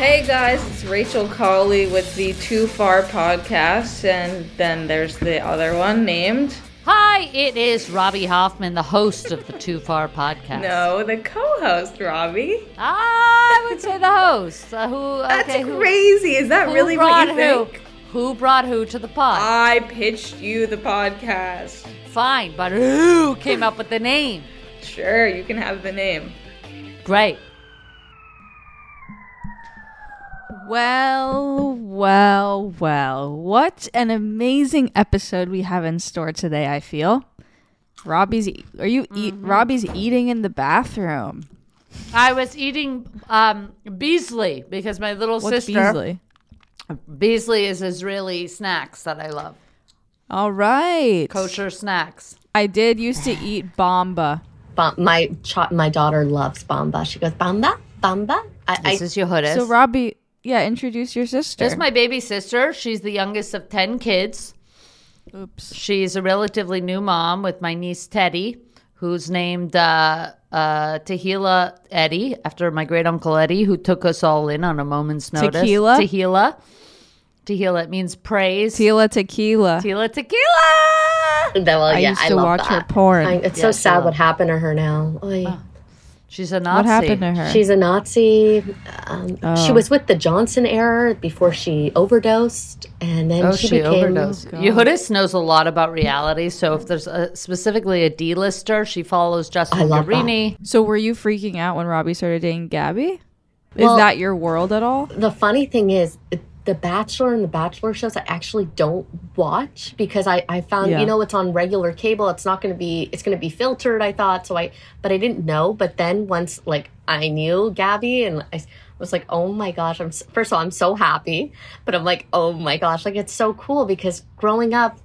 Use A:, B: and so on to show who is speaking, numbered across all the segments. A: Hey guys, it's Rachel Colley with the Too Far podcast, and then there's the other one named.
B: Hi, it is Robbie Hoffman, the host of the Too Far podcast.
A: No, the co-host Robbie.
B: I would say the host. Uh, who?
A: That's
B: okay, who-
A: crazy. Is that
B: Who
A: really
B: brought
A: what you
B: who?
A: think?
B: Who brought who to the pod?
A: I pitched you the podcast.
B: Fine, but who came up with the name?
A: Sure, you can have the name.
B: Great.
C: Well, well, well. What an amazing episode we have in store today, I feel. Robbie's e- are you eat
A: Mm-hmm.
C: Robbie's eating in the bathroom.
B: I was eating um, Beasley because my little
C: What's
B: sister
C: Beasley?
B: Beasley is Israeli snacks that I love.
C: All right.
B: Kosher snacks.
C: I did used to eat Bomba.
D: Bom- my ch- my daughter loves Bamba. She goes Bamba, Bamba. I,
B: This
D: I
B: is Yehudas.
C: So Robbie, yeah, introduce your sister.
B: This is my baby sister. She's the youngest of 10 kids.
C: Oops.
B: She's a relatively new mom with my niece Teddy, who's named uh, uh, Tehila Eddie, after my great uncle Eddie, who took us all in on a moment's notice.
C: Tequila?
B: Tehila. Tehila, it means praise.
C: Tequila Tequila.
B: Tehila, tequila.
D: well,
C: I
D: yeah,
C: used
D: I
C: to
D: love
C: watch her
D: that.
C: porn.
D: I, it's
B: Yeah,
D: so
B: she
D: sad what
B: loves- Oh,
D: happened to her now. Oy.
B: She's a
C: What
B: Nazi.
C: happened to her?
D: She's a Nazi. Um,
B: Oh.
D: She was with the Johnson era before she overdosed, and then
B: Oh,
D: she,
B: she,
D: became
B: overdosed. Yehudis knows a lot about reality, so if there's a, specifically a D-lister, she follows Justin
D: I love that.
B: Guarini.
C: so were you freaking out when Robbie started dating Gabby?
D: Well-
C: is that your world at all?
D: the funny thing is the bachelor and the bachelor shows i actually don't watch because i, I found
C: Yeah.
D: you know it's on regular cable it's not going to be it's going to be filtered i thought so i but i didn't know but then once like i knew gabby and i s- was like oh my gosh i'm s- first of all i'm so happy but i'm like oh my gosh like it's so cool because growing up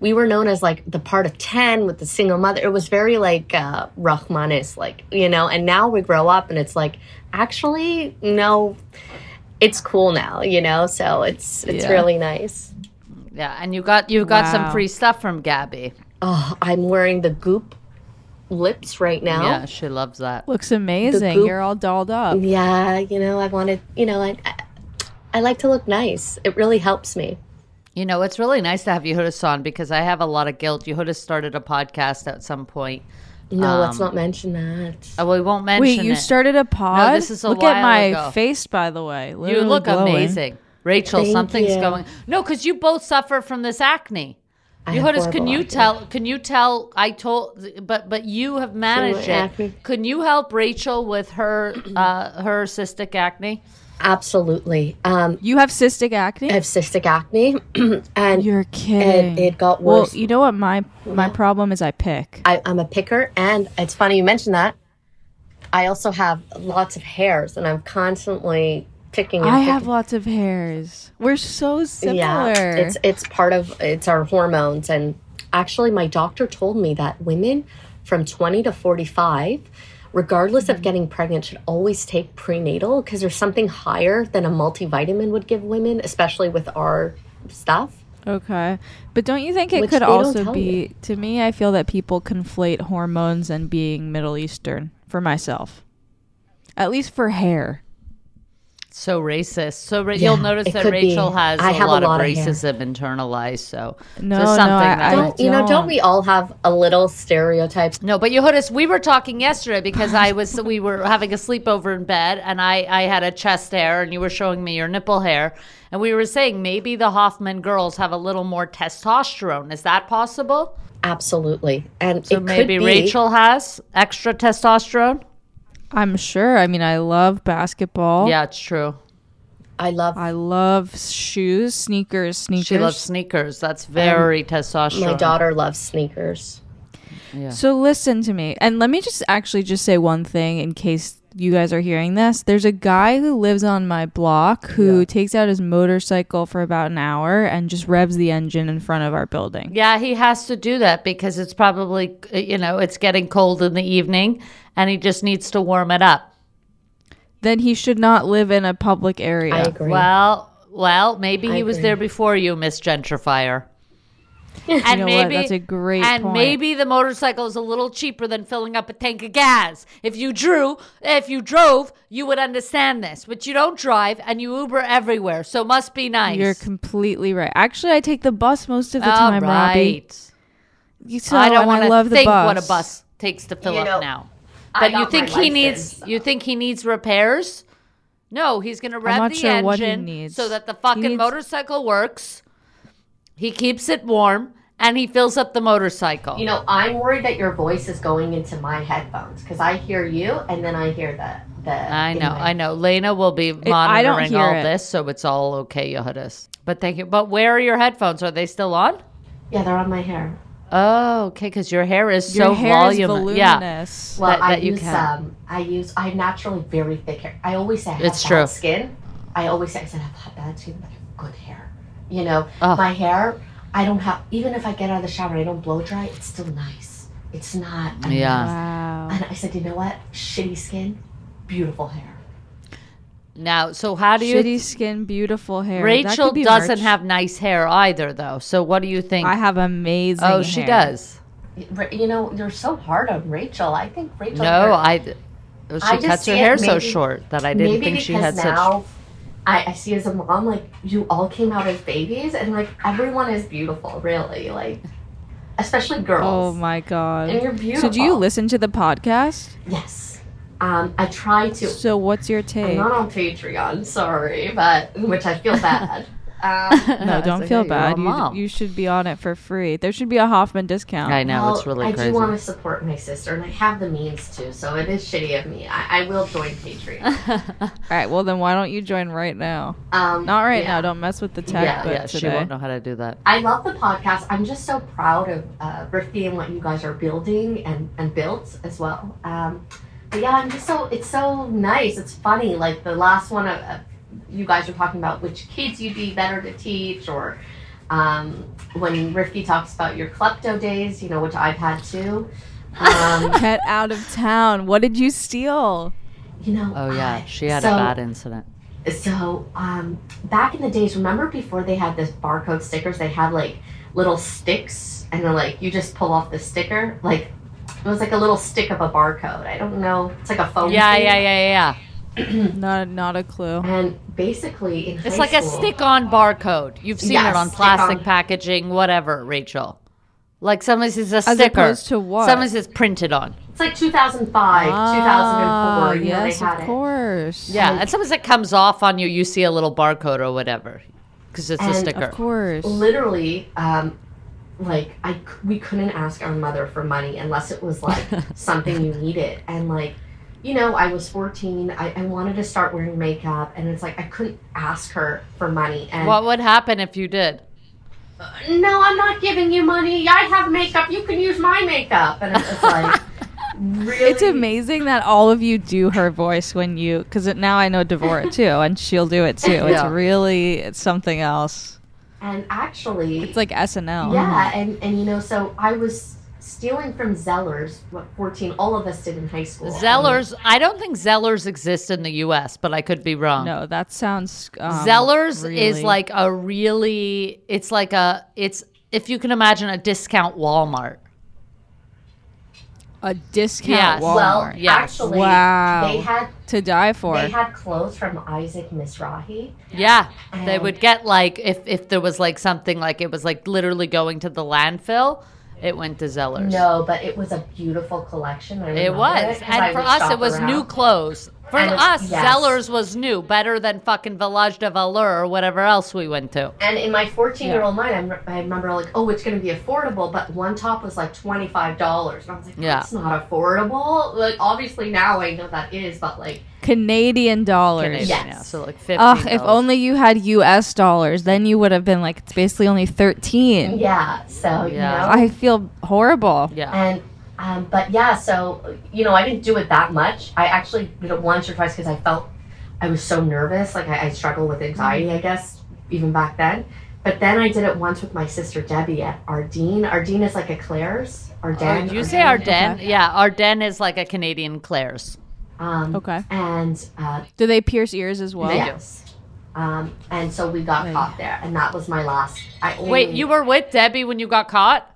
D: we were known as like the part of 10 with the single mother it was very like uh rahmanis like you know and now we grow up and it's like actually no it's cool now, you know. So it's it's
C: Yeah.
D: really nice.
B: Yeah, and you got you got some
C: Wow.
B: free stuff from Gabby.
D: Oh, I'm wearing the Goop lips right now.
B: Yeah, she loves that.
C: Looks amazing.
D: goop-
C: You're all dolled up.
D: Yeah, you know, I wanted, you know, I, I I like to look nice. It really helps me.
B: You know, it's really nice to have Yehudas on because I have a lot of guilt. Yehudas started a podcast at some point.
D: No,
C: Um,
D: let's not mention that.
B: Uh, we won't mention
C: Wait, you
B: it.
C: started a pod?
B: this is a
C: Look
B: while
C: at my
B: ago.
C: face, by the way.
B: You
C: Literally
B: look
C: glowing.
B: amazing, Rachel.
D: Thank
B: something's
D: you.
B: going. No, because you both suffer from this acne.
D: I have
B: Yehudas, can
D: horrible
B: you
D: acne.
B: tell? Can you tell? I told, but but you have managed
D: acne.
B: it. Can you help Rachel with her uh, her cystic acne?
D: Absolutely. Um,
C: You have cystic acne?
D: I have cystic acne, and
C: You're kidding.
D: it got worse.
C: Well, you know what my my problem is? I pick.
D: I, I'm a picker, and it's funny you mentioned that. I also have lots of hairs, and I'm constantly picking. And
C: I
D: picking.
C: have lots of hairs. We're so similar.
D: Yeah, it's it's part of it's our hormones, and actually, my doctor told me that women from twenty to forty five, regardless
C: Mm-hmm.
D: of getting pregnant, should always take prenatal because there's something higher than a multivitamin would give women, especially with our stuff.
C: okay. But don't you think it
D: Which
C: could
D: they don't
C: also
D: tell
C: be to me I feel that people conflate hormones and being Middle Eastern for myself. At least for hair.
B: So racist. So ra-
D: Yeah,
B: you'll notice
D: it
B: that
D: could be.
B: Rachel has
D: I
B: a
D: have a
B: lot,
D: lot
B: of
D: of
B: racism internalized. So
C: No,
B: so
C: no, I- I-
B: that-
D: Don't, you know?
C: don't.
D: Don't we all have a little stereotype?
B: No, but Yehudas, we were talking yesterday because I was we were having a sleepover in bed, and I I had a chest hair, and you were showing me your nipple hair, and we were saying maybe the Hoffman girls have a little more testosterone. Is that possible?
D: Absolutely, and
B: So
D: it
B: maybe
D: could be,
B: Rachel has extra testosterone.
C: I'm sure. I mean, I love basketball.
B: Yeah, it's true.
D: I love
C: I love shoes, sneakers, sneakers.
B: She loves sneakers. That's very testosterone.
D: my daughter loves sneakers.
C: So listen to me. And let me just actually just say one thing in case you guys are hearing this. There's a guy who lives on my block who takes out his motorcycle for about an hour and just revs the engine in front of our building.
B: Yeah, he has to do that because it's probably, you know, it's getting cold in the evening and he just needs to warm it up.
C: Then he should not live in a public area.
D: I agree.
B: Well, well, maybe he was
D: agree.
B: there before you, Miss Gentrifier. And
C: know what?
B: maybe
C: That's a great
B: And
C: point.
B: maybe the motorcycle is a little cheaper than filling up a tank of gas. If you drew, if you drove, you would understand this, but you don't drive and you Uber everywhere, so it must be nice.
C: You're completely right. Actually, I take the bus most of the
B: All
C: time, Robbie.
B: right.
C: You- So,
B: I don't
C: and
B: want to
C: love the
B: think
C: bus.
B: what a bus takes to fill
D: You
B: up
D: know,
B: now.
D: I
B: But you
D: got
B: think
D: my
B: he
D: license.
B: needs? You think he needs repairs? No, he's going to rev
C: not
B: the
C: sure
B: engine
C: what he needs.
B: so that the
C: He
B: fucking
C: needs-
B: motorcycle works. He keeps it warm and he fills up the motorcycle.
D: You know, I'm worried that your voice is going into my headphones because I hear you and then I hear the the.
B: I know,
D: anyway.
B: I know. Lena will be monitoring
C: I don't hear
B: all
C: it.
B: this, so it's all okay, Yehudis. But thank you. But where are your headphones? Are they still on?
D: Yeah, they're on my hair.
B: Oh, okay, because your hair is
C: Your
B: so
C: hair is
B: voluminous. Yeah,
C: voluminous.
D: Well,
B: That-
D: I
B: that you
D: use
B: can.
D: um, I use I have naturally very thick hair. I always say I have
B: It's
D: bad
B: true.
D: skin. I always say I said I have bad skin, but I have good hair. You know,
B: Oh.
D: my hair. I don't have even if I get out of the shower, and I don't blow dry. It's still nice. It's not.
B: yeah.
C: Wow.
D: And I said, you know what? Shitty skin, beautiful hair.
B: Now, so how do you
C: Shitty skin, beautiful hair. That
B: Rachel
C: could be
B: doesn't
C: merch.
B: have nice hair either, though. So what do you think?
C: I have amazing.
B: oh, she
C: hair.
B: does.
D: Ra- You know, you're so hard on Rachel. I think Rachel.
B: No, I. She
D: I
B: cuts
D: just
B: her
D: see it
B: hair so
D: maybe-
B: short that I didn't
D: maybe
B: think
D: because
B: she had
D: now,
B: such.
D: I, I see as a mom, like you all came out as babies, and like everyone is beautiful, really, like especially
C: Oh
D: girls.
C: my
D: and
C: god.
D: you're beautiful.
C: So do you listen to the podcast?
D: Yes, um, I try to.
C: So what's your
D: I'm
C: take?
D: not on Patreon, sorry, but which I feel bad. um,
C: No,
B: It's
C: don't
B: okay,
C: feel
B: you're a
C: bad. You,
B: mom.
C: you should be on it for free. There should be a Hoffman discount.
B: I know it's
D: well,
B: really
D: I
B: crazy.
D: do want to support my sister, and I have the means to, so it is shitty of me. I, I will join Patreon.
C: All right. Well, then why don't you join right now?
D: Um,
C: Not right
D: yeah.
C: now. Don't mess with the tech.
D: Yeah,
C: but
B: yeah, she
C: today.
B: won't know how to do that.
D: I love the podcast. I'm just so proud of uh, Rifty and what you guys are building and, and built as well. Um, but yeah, I'm just so it's so nice. It's funny. Like the last one, uh, uh, you guys were talking about which kids you'd be better to teach, or um, when Rifty talks about your klepto days, you know, which I've had too. Um,
C: Get out of town. What did you steal?
D: you know.
B: Oh yeah,
D: I-
B: she had
D: so-
B: a bad incident.
D: So, um, back in the days, remember before they had this barcode stickers, they had like little sticks, and they're like, you just pull off the sticker. Like, it was like a little stick of a barcode. I don't know. It's like a phone.
B: Yeah,
D: thing.
B: yeah, yeah, yeah.
C: Not not a clue.
D: And basically, in
B: It's
D: high
B: like a
D: school-
B: stick-on barcode. You've seen
D: Yeah,
B: it on
D: stick-on.
B: plastic packaging, whatever, Rachel. Like sometimes it's a sticker.
C: opposed to what?
B: Sometimes it's printed on.
D: It's like 2005,
C: Ah,
D: 2004. You know,
C: yes,
D: they had
C: of
D: it.
C: course.
B: Yeah, and sometimes it comes off on you. You see a little barcode or whatever, because it's a
D: And of
B: sticker.
C: Of course.
D: literally um like i c- we couldn't ask our mother for money unless it was like something you needed and like you know i was 14 I, I wanted to start wearing makeup and it's like i couldn't ask her for money and
B: What would happen if you did?
D: no i'm not giving you money i have makeup you can use my makeup and it's like really
C: It's amazing that all of you do her voice when you, because now I know Devorah too, and she'll do it too. It's
B: Yeah.
C: really it's something else.
D: and actually
C: It's like oh. SNL.
D: Yeah, and and you know, so I was stealing from Zellers. What fourteen? All of us did in high school.
B: Zellers. I don't think Zellers exist in the U.S., but I could be wrong.
C: No, that sounds. Um,
B: Zellers is
C: really-
B: like a really. It's like a. It's if you can imagine a discount Walmart.
C: a discount
B: Yes.
C: Walmart
D: Well,
B: yes.
D: actually,
C: Wow.
D: they had
C: to die for.
D: they had clothes from Isaac Mizrahi.
B: Yeah, they
D: Um,
B: would get like if if there was like something like it was like literally going to the landfill, it went to Zellers.
D: No, but it was a beautiful collection.
B: It
D: I remember
B: was,
D: 'cause I
B: and for
D: would
B: us,
D: shop
B: it was
D: around.
B: new clothes. For
D: And it-
B: us,
D: yes.
B: Zellers was new, better than fucking Village de Valeur or whatever else we went to.
D: And in my 14 year old mind, I'm, I remember like, oh, it's going to be affordable, but one top was like $25. And I was like,
B: Yeah.
D: that's not affordable. Like, obviously now I know that is, but like,
C: Canadian dollars.
B: Canadian, yeah,
D: Yes.
B: so like fifteen.
C: Ugh, Ah, if
B: dollars.
C: only you had US dollars, then you would have been like, it's basically only 13.
D: yeah. So,
B: Yeah.
D: you
C: I
D: know.
C: feel horrible.
B: Yeah.
D: And um, but yeah, so you know, I didn't do it that much. I actually did it once or twice because I felt I was so nervous. Like I, I struggled with
B: Mm-hmm.
D: anxiety, I guess, even back then. But then I did it once with my sister Debbie at Ardeen. Ardeen is like a Claire's. Ardenne.
B: Uh, you say Arden? Yeah, Arden is like a Canadian Claire's.
D: Um,
C: Okay.
D: And uh,
C: Do they pierce ears as well?
D: yes. Um, and so we got caught there, and that was my last. I only,
B: Wait, you were with Debbie when you got caught?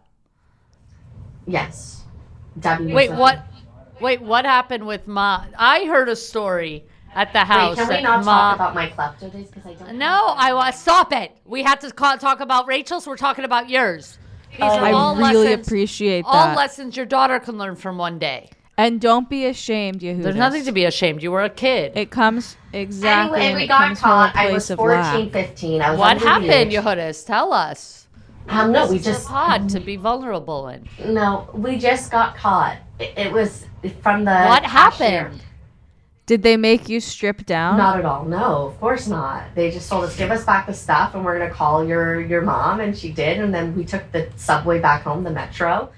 D: yes, Debbie. was
B: Wait,
D: with
B: what?
D: me.
B: Wait, what happened with Ma? I heard a story at the house.
D: Wait, can we
B: that
D: not
B: Ma-
D: talk about my klepto days because I don't?
B: No, I want stop it. We have to ca- talk about Rachel's. We're talking about yours. These are all
C: Oh, I really
B: lessons,
C: appreciate
B: all
C: that.
B: lessons your daughter can learn from one day.
C: and don't be ashamed, Yehuda.
B: There's nothing to be ashamed. You were a kid.
C: It comes exactly.
D: Anyway,
C: and
D: we
C: it
D: got
C: comes from
D: caught.
C: a
D: I was
C: place of
D: 14,
C: lack.
D: 15. I was
B: what
D: under the
B: happened,
D: age.
B: Yehudas? Tell us.
D: Um, no, we
B: It's a
D: just
B: pod to be vulnerable in.
D: no, we just got caught. It, it was from the
B: What
D: cashier.
B: happened?
C: Did they make you strip down?
D: Not at all. No, of course not. They just told us give us back the stuff, and we're gonna call your your mom, and she did. And then we took the subway back home, the metro,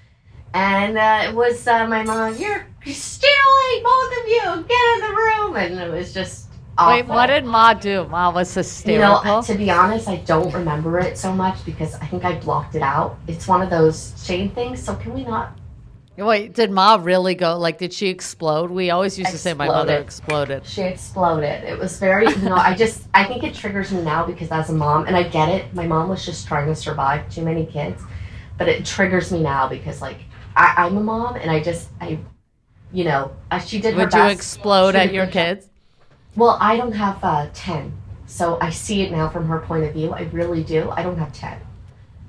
D: and uh, it was uh, my mom. You're stealing, both of you. Get in the room, and it was just awful.
B: Wait, what did Ma do? Ma was
D: you
B: hysterical.
D: know, to be honest, I don't remember it so much because I think I blocked it out. It's one of those shame things. So can we not?
B: Wait, did Ma really go? Like, did she explode? We always used to say my mother exploded.
D: She exploded. It was very, you know, I just, I think it triggers me now because as a mom, and I get it, my mom was just trying to survive too many kids, but it triggers me now because, like, I, I'm a mom and I just, I, you know, uh, she did her
B: Would you
D: best.
B: explode
D: She
B: at
D: did
B: your
D: her job.
B: kids?
D: Well, I don't have uh, 10. So I see it now from her point of view. I really do. I don't have 10.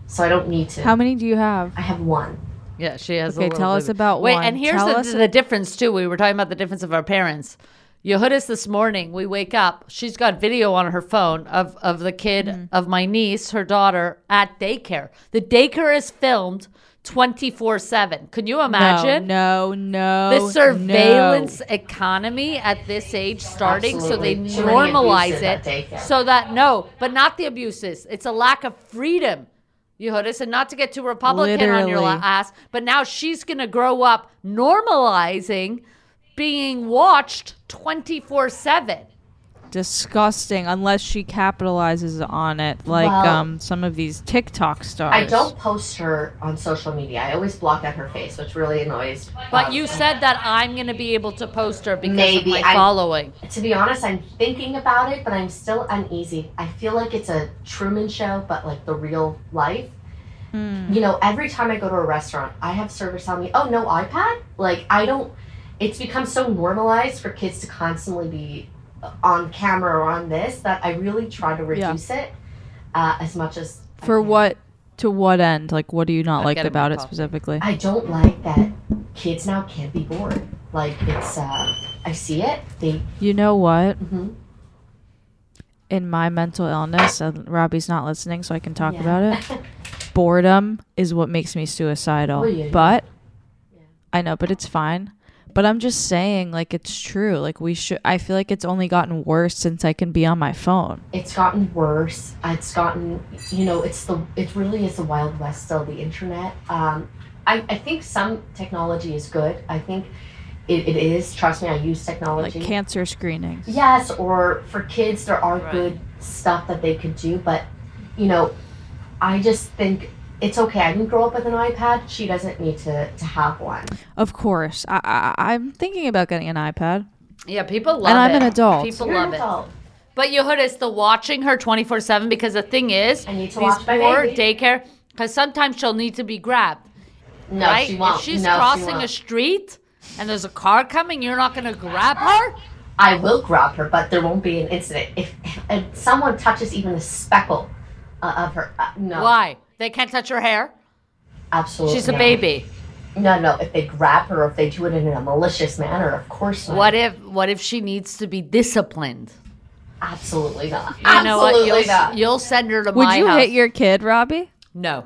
D: So I don't need to.
C: How many do you have?
D: I have one.
B: Yeah, she has. a
C: Okay,
B: little
C: tell us
B: baby.
C: about
B: Wait,
C: one.
B: and here's
C: Tell
B: the,
C: us-
B: the difference too. We were talking about the difference of our parents. Yehudis this morning, we wake up. She's got video on her phone of of the kid
C: Mm-hmm.
B: of my niece, her daughter, at daycare. The daycare is filmed twenty four seven. Can you imagine?
C: No, no, no.
B: The surveillance economy at this age starting,
D: Absolutely.
B: so
D: Too
B: they
D: many
B: normalize
D: abuses at
B: it.
D: daycare.
B: So that, no, but not the abuses. It's a lack of freedom. You heard us, and not to get too Republican on your
C: Literally.
B: la- ass, but now she's going to grow up normalizing being watched 24 7.
C: Disgusting. Unless she capitalizes on it, like
D: Well-
C: um some of these TikTok stars.
D: I don't post her on social media. I always block out her face, which really annoys.
B: But
D: um,
B: you said that I'm going to be able to post her because
D: Maybe.
B: of my
D: I-
B: following.
D: To be honest, I'm thinking about it, but I'm still uneasy. I feel like it's a Truman show, but like the real life. You know, every time I go to a restaurant, I have servers tell me, oh, no iPad? Like, I don't, it's become so normalized for kids to constantly be uh, on camera or on this that I really try to
C: Yeah.
D: reduce it uh, as much as. I
C: For
D: can.
C: what? To what end? Like, what do you not
B: I'm
C: like
B: getting
C: about
B: my
C: it
B: coffee.
C: specifically?
D: I don't like that kids now can't be bored. Like, it's, uh, I see it. They,
C: You know what?
D: Mhm.
C: In my mental illness, and Robbie's not listening, so I can talk about it. Boredom is what makes me suicidal.
D: Well, yeah, yeah.
C: But I know, but it's fine. But I'm just saying, like, it's true. Like, we should. I feel like it's only gotten worse since I can be on my phone.
D: it's gotten worse. It's gotten, you know, it's the it really is the wild west still. The internet. Um, I I think some technology is good. I think it, it is. Trust me, I use
C: Like
D: technology.
C: cancer screenings.
D: yes, or for kids, there are good stuff that they could do, but you know, I just think. It's okay. I didn't grow up with an iPad. She doesn't need to, to have one.
C: Of course, I, I, I'm thinking about getting an iPad.
B: Yeah, people love
C: And I'm
B: it.
C: an adult.
B: People
D: You're an
B: love it.
D: adult.
B: But you heard it's the watching her 24 7 because the thing is,
D: I need to
B: these
D: watch my
B: poor
D: baby.
B: daycare, because sometimes she'll need to be grabbed,
D: No,
B: right?
D: she won't.
B: If she's
D: no, she
B: crossing
D: won't.
B: a street and there's a car coming, you're not going to grab her?
D: I will grab her, but there won't be an incident. If, if someone touches even a speckle uh, of her, uh, no,
B: Why? They can't touch her hair?
D: absolutely,
B: She's a
D: no.
B: baby.
D: No, no. If they grab her, if they do it in a malicious manner, of course not.
B: What if what if she needs to be disciplined?
D: Absolutely not.
B: You know what?
D: absolutely
B: You'll,
D: not.
B: you'll send her to
C: Would
B: my
C: you
B: house.
C: hit your kid, Robbie?
B: no.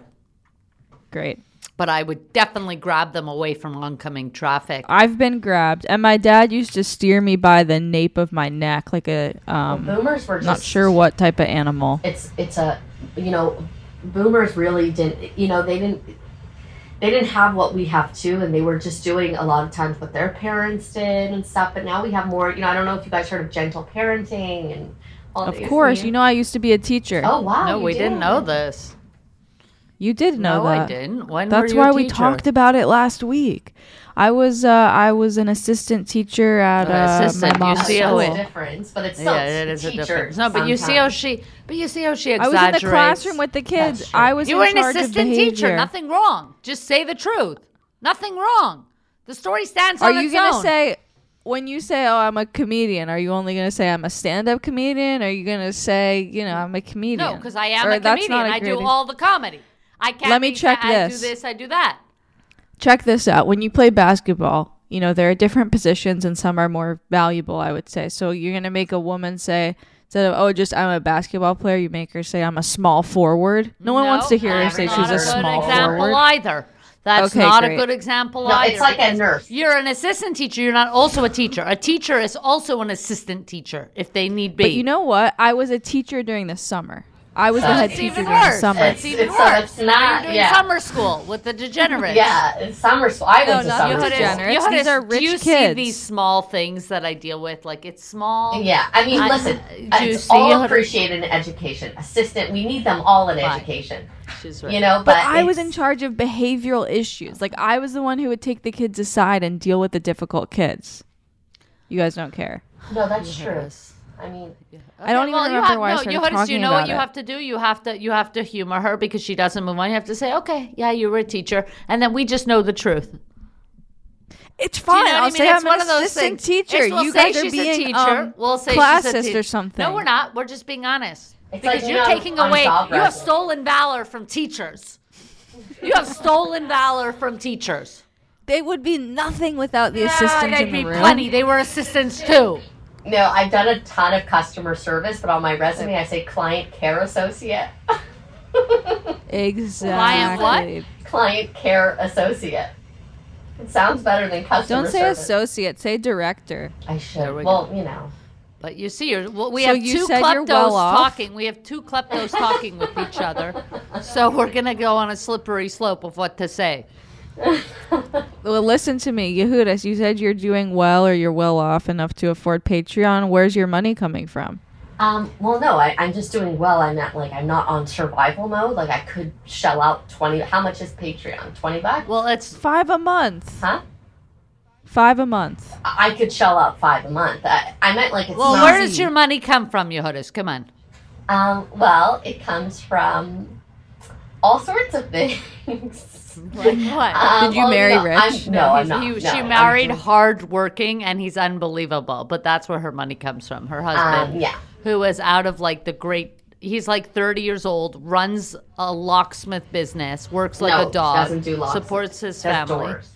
C: Great.
B: But I would definitely grab them away from oncoming traffic.
D: Oh,
C: I've been grabbed, and my dad used to steer me by the nape of my neck, like a um,
D: boomers were just
C: not sure what type of animal.
D: It's it's a you know, boomers really didn't you know they didn't they didn't have what we have too, and they were just doing a lot of times what their parents did and stuff. But now we have more. You know, I don't know if you guys heard of gentle parenting and all
C: Of
D: these-
C: course, you know I used to be a teacher.
D: Oh wow!
B: No,
D: you
B: we
D: did.
B: didn't know this.
C: You did know
B: no,
C: that.
B: I didn't. When were
C: That's
B: you a
C: why we
B: teacher?
C: talked about it last week. I was uh, I was an assistant teacher at
B: An
C: uh,
B: assistant, you
C: my mom's
B: see how
C: school.
B: it-
D: difference, but it's
B: yeah, it is a difference. No, but you see how she, but you see how she
C: I
B: exaggerates.
C: was in the classroom with the kids.
D: That's true.
C: I was
B: you
C: in
B: were an
C: charge of
B: assistant teacher.
C: behavior.
B: Nothing wrong. Just say the truth. Nothing wrong. The story stands
C: Are
B: on
C: you
B: its
C: gonna
B: own.
C: say when you say, "Oh, I'm a comedian"? Are you only gonna say I'm a stand-up comedian? Are you gonna say, you know, I'm a comedian?
B: no? Because I am
C: Or
B: a
C: that's
B: comedian.
C: not a
B: I do
C: great-
B: all the comedy. I can't.
C: Let me
B: be-
C: check
B: I,
C: this.
B: I do this. I do that.
C: check this out. When you play basketball, you know, there are different positions and some are more valuable, I would say. So you're going to make a woman say, instead of, oh, just I'm a basketball player, you make her say, I'm a small forward. No one wants to hear her
B: that's
C: say
B: not
C: she's
D: a
C: a
D: good
C: small
B: example
C: forward.
B: either. That's
C: Okay,
B: not
C: great.
B: a good example
D: No,
B: either.
D: it's like a nurse.
B: You're an assistant teacher. You're not also a teacher. A teacher is also an assistant teacher if they need be.
C: But you know what? I was a teacher during the summer. I was the head
B: it's
C: teacher
B: even
C: Uh, during
B: worse.
C: the summer.
B: It's
D: It's-
B: even
D: it's- uh,
B: worse.
D: it's not-
B: You're doing
D: yeah.
B: summer school with the degenerates.
D: Yeah, it's summer school. I went
C: No,
D: to
C: not
D: summer
C: the
D: school.
C: degenerates.
B: You
C: These are rich
B: do you see
C: kids.
B: these small things that I deal with? Like it's small.
D: Yeah, I mean,
B: I-
D: listen,
B: do you
D: it's
B: see
D: all
B: how-
D: appreciated in education. Assistant, we need them all in
B: Right.
D: education.
B: She's right.
D: You know, but,
C: But I was
D: it's-
C: in charge of behavioral issues. Like, I was the one who would take the kids aside and deal with the difficult kids. You guys don't care.
D: No, that's true.
B: Yes.
D: I mean,
C: I don't
B: Okay,
C: even
B: well, you
C: remember
B: have-
C: why I
B: no,
C: started
B: you had-
C: talking
B: You know
C: about
B: what you
C: it.
B: have to do. You have to you have to humor her because she doesn't move on. You have to say, okay, yeah, you were a teacher, and then we just know the truth.
C: It's
B: Do
C: fine.
B: You know what
C: I'll
B: I mean?
C: say
B: it's
C: I'm
B: one
C: an
B: of those
C: assistant
B: things.
C: teacher.
B: It's- we'll
C: you
B: say
C: guys are
B: she's
C: being
B: a teacher.
C: um,
B: we'll say she's a
C: classist
B: teacher.
C: or something.
B: No, we're not. We're just being honest.
D: It's
B: because
D: like,
B: you're
D: no,
B: taking
D: I'm
B: away. You
D: job
B: have
D: ready.
B: stolen valor from teachers. you have stolen valor from teachers.
C: They would be nothing without the
B: Ah,
C: assistant
B: they'd
C: in
B: be
C: the room.
B: plenty. They were assistants too.
D: no, I've done a ton of customer service, but on my resume, I say client care associate.
C: Exactly.
B: what?
D: client care associate. It sounds better than customer
C: Don't say
D: service.
C: associate. Say director.
D: I should.
B: we
D: Well, you know.
B: But you see, you're, well, we
C: So
B: have
C: you
B: two
C: said you're
B: kleptos
C: well off?
B: talking. We have two kleptos talking with each other. So we're gonna go on a slippery slope of what to say.
C: Well, listen to me, Yehudas. You said you're doing well or you're well off enough to afford Patreon. Where's your money coming from?
D: Um, well, no, I, I'm just doing well. I'm not like I'm not on survival mode. Like I could shell out twenty. How much is Patreon? Twenty bucks?
B: Well, it's
C: Five a month.
D: Huh?
C: Five a month.
D: I I could shell out five a month. I, I meant like it's
B: well,
D: not.
B: where does your money come from, Yehudas? Come on.
D: Um, well, it comes from all sorts of things.
B: Like what?
D: Um,
C: Did you
D: well,
C: marry
D: no,
C: Rich?
D: I'm, no, I'm not.
B: He-
D: no,
B: she
D: I'm
B: married
D: doing-
B: hard-working, and he's unbelievable. But that's where her money comes from. Her husband,
D: Um, yeah.
B: who is out of like the great. He's like 30 years old, runs a locksmith business, works like
D: No,
B: a dog,
D: doesn't do locksmith.
B: supports his
D: That's
B: family.
D: doors.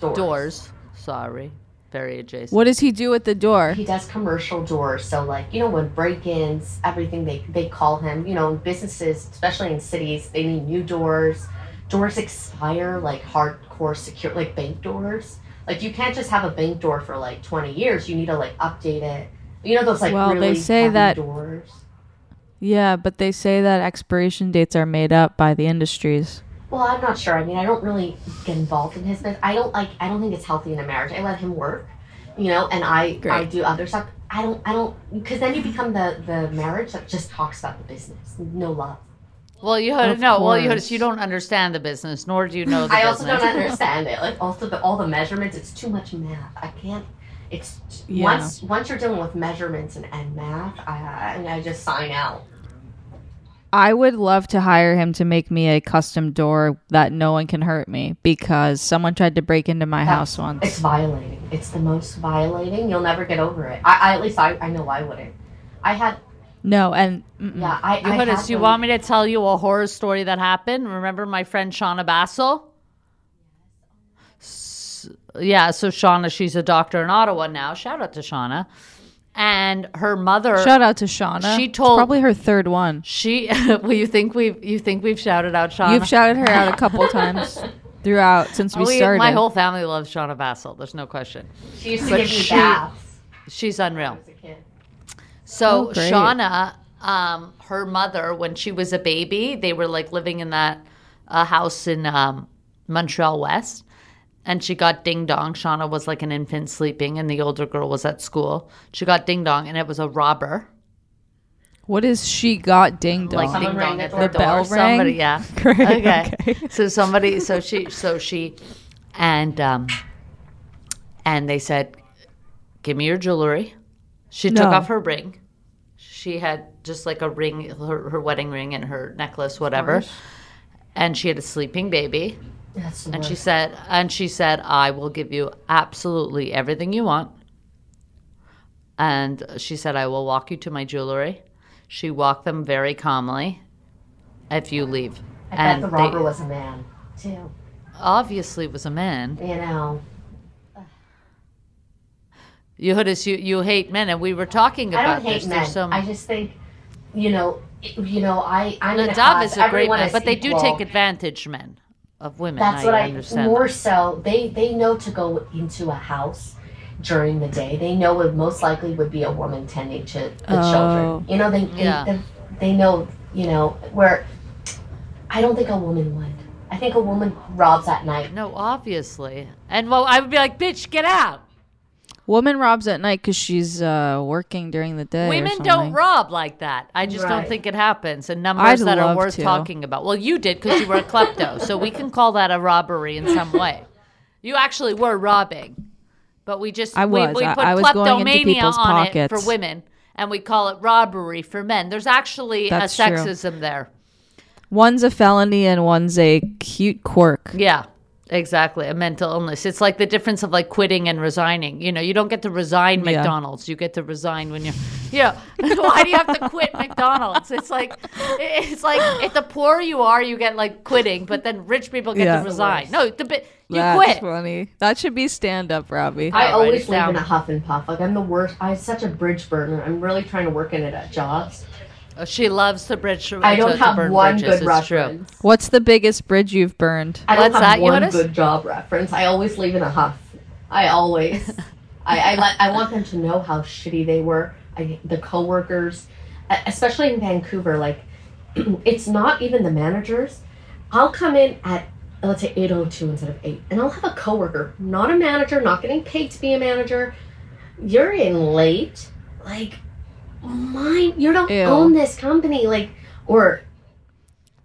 D: Doors.
B: Doors. Sorry. Very adjacent.
C: What does he do at the door?
D: He does commercial doors, so like you know when break-ins, everything they they call him. You know, in businesses, especially in cities, they need new doors. Doors expire like hardcore secure, like bank doors. Like you can't just have a bank door for like twenty years. You need to like update it. You know those like
C: Well, they
D: really
C: say
D: heavy
C: that-
D: doors.
C: Yeah, but they say that expiration dates are made up by the industries.
D: Well, I'm not sure. I mean, I don't really get involved in his business. I don't like. I don't think it's healthy in a marriage. I let him work, you know, and I I
C: Great.
D: do other stuff. I don't. I don't because then you become the the marriage that just talks about the business, no love.
B: Well, you heard,
C: Of
B: no. Well, you heard,
C: course.
B: you don't understand the business, nor do you know the
D: I also
B: business.
D: don't understand it. Like also the all the measurements. It's too much math. I can't. It's
C: Yeah.
D: once once you're dealing with measurements and, and math, I, I I just sign out.
C: I would love to hire him to make me a custom door that no one can hurt me because someone tried to break into my house
D: It's
C: once.
D: violating. It's the most violating. You'll never get over it. I, I at least I, I know I wouldn't. I had
C: No, and mm-mm.
D: yeah. I
B: You
D: I
B: heard
D: had
B: us. You
D: one-
B: want me to tell you a horror story that happened? Remember my friend Shauna Bassel? S- yeah. So Shauna, she's a doctor in Ottawa now. Shout out to Shauna. And her mother.
C: shout out to Shauna.
B: She
C: It's
B: told-
C: probably her third one.
B: she. well, you think we've you think we've shouted out Shauna?
C: You've shouted her out a couple times throughout since we,
B: We-
C: started.
B: my whole family loves Shauna Bassel. There's no question.
D: She used to
B: But
D: give me
B: she-
D: baths
B: She's unreal.
D: as a kid.
B: So
C: Oh, great.
B: Shauna, um, her mother, when she was a baby, they were like living in that uh, house in um, Montreal West, and she got ding dong. Shauna was like an infant sleeping, and the older girl was at school. She got ding dong, and it was a robber.
C: what is she got ding dong?
B: Like ding dong
D: rang the
B: at Oh. the door.
D: door. The
C: bell
B: Somebody,
C: rang?
B: yeah.
C: Great,
B: Okay.
C: okay.
B: So somebody, so she, so she, and um, and they said, "Give me your jewelry." She took
C: No.
B: off her ring. She had just like a ring, her, her wedding ring and her necklace, whatever. And she had a sleeping baby.
D: That's
B: And she said, and she said, I will give you absolutely everything you want. And she said, I will walk you to my jewelry. She walked them very calmly. If you leave,
D: I
B: and
D: bet the robber
B: they-
D: was a man too.
B: obviously it was a man.
D: You know,
B: Yehudas, you you hate men, and we were talking
D: I
B: about
D: don't hate
B: this.
D: men.
B: There's so
D: I
B: much.
D: just think, you know, it- you know, I I'm in a
B: Nadav
D: class,
B: is a great
D: everyone
B: man,
D: is
B: but they do
D: equal.
B: take advantage men of women.
D: That's
B: I
D: what
B: understand.
D: I
B: that.
D: more so. They they know to go into a house during the day. They know would most likely would be a woman tending to the
C: Oh.
D: children. You know, they they,
B: Yeah.
D: they they know. You know where. I don't think a woman would. I think a woman robs at night.
B: No, obviously, and well, I would be like, bitch, get out.
C: Woman robs at night because she's uh, working during the day. or
B: Women don't
C: something.
B: rob like that. I just don't
D: Right.
B: think it happens. And numbers
C: I'd
B: that are
C: love
B: worth
C: to.
B: talking about. Well, you did because you were a klepto, so we can call that a robbery in some way. You actually were robbing, but we just
C: I
B: we,
C: was.
B: we
C: I-
B: put
C: I was going into
B: kleptomania
C: people's
B: on it
C: pockets.
B: for women, and we call it robbery for men. There's actually
C: That's
B: a
C: true.
B: sexism there.
C: One's a felony and one's a cute quirk.
B: Yeah, exactly. A mental illness. It's like the difference of like quitting and resigning. You know, you don't get to resign
C: Yeah.
B: McDonald's. You get to resign when you're. Yeah. Why do you have to quit McDonald's? It's like, it's like if the poor you are, you get like quitting, but then rich people get
C: Yeah.
B: to resign. No, the bit you
C: That's
B: quit.
C: funny. That should be stand up, Robbie.
D: I
B: I'll write
D: always
B: it
D: live
B: down.
D: in a huff and puff. Like I'm the worst. I'm such a bridge burner. I'm really trying to work in it at jobs.
B: Oh, She loves the bridge.
D: I
B: to-
D: don't
B: to
D: have
B: burn
D: one
B: bridges.
D: good
B: It's
D: reference.
C: What's the biggest bridge you've burned?
D: I don't
B: What's
D: have
B: that,
D: one
B: Jonas?
D: good job reference. I always leave in a huff. I always. I I, let, I want them to know how shitty they were. I, the coworkers, e- especially in Vancouver, like it's not even the managers. I'll come in at let's say eight oh two instead of eight, and I'll have a coworker, not a manager, not getting paid to be a manager. You're in late, like mine. You don't
C: Ew.
D: own this company, like or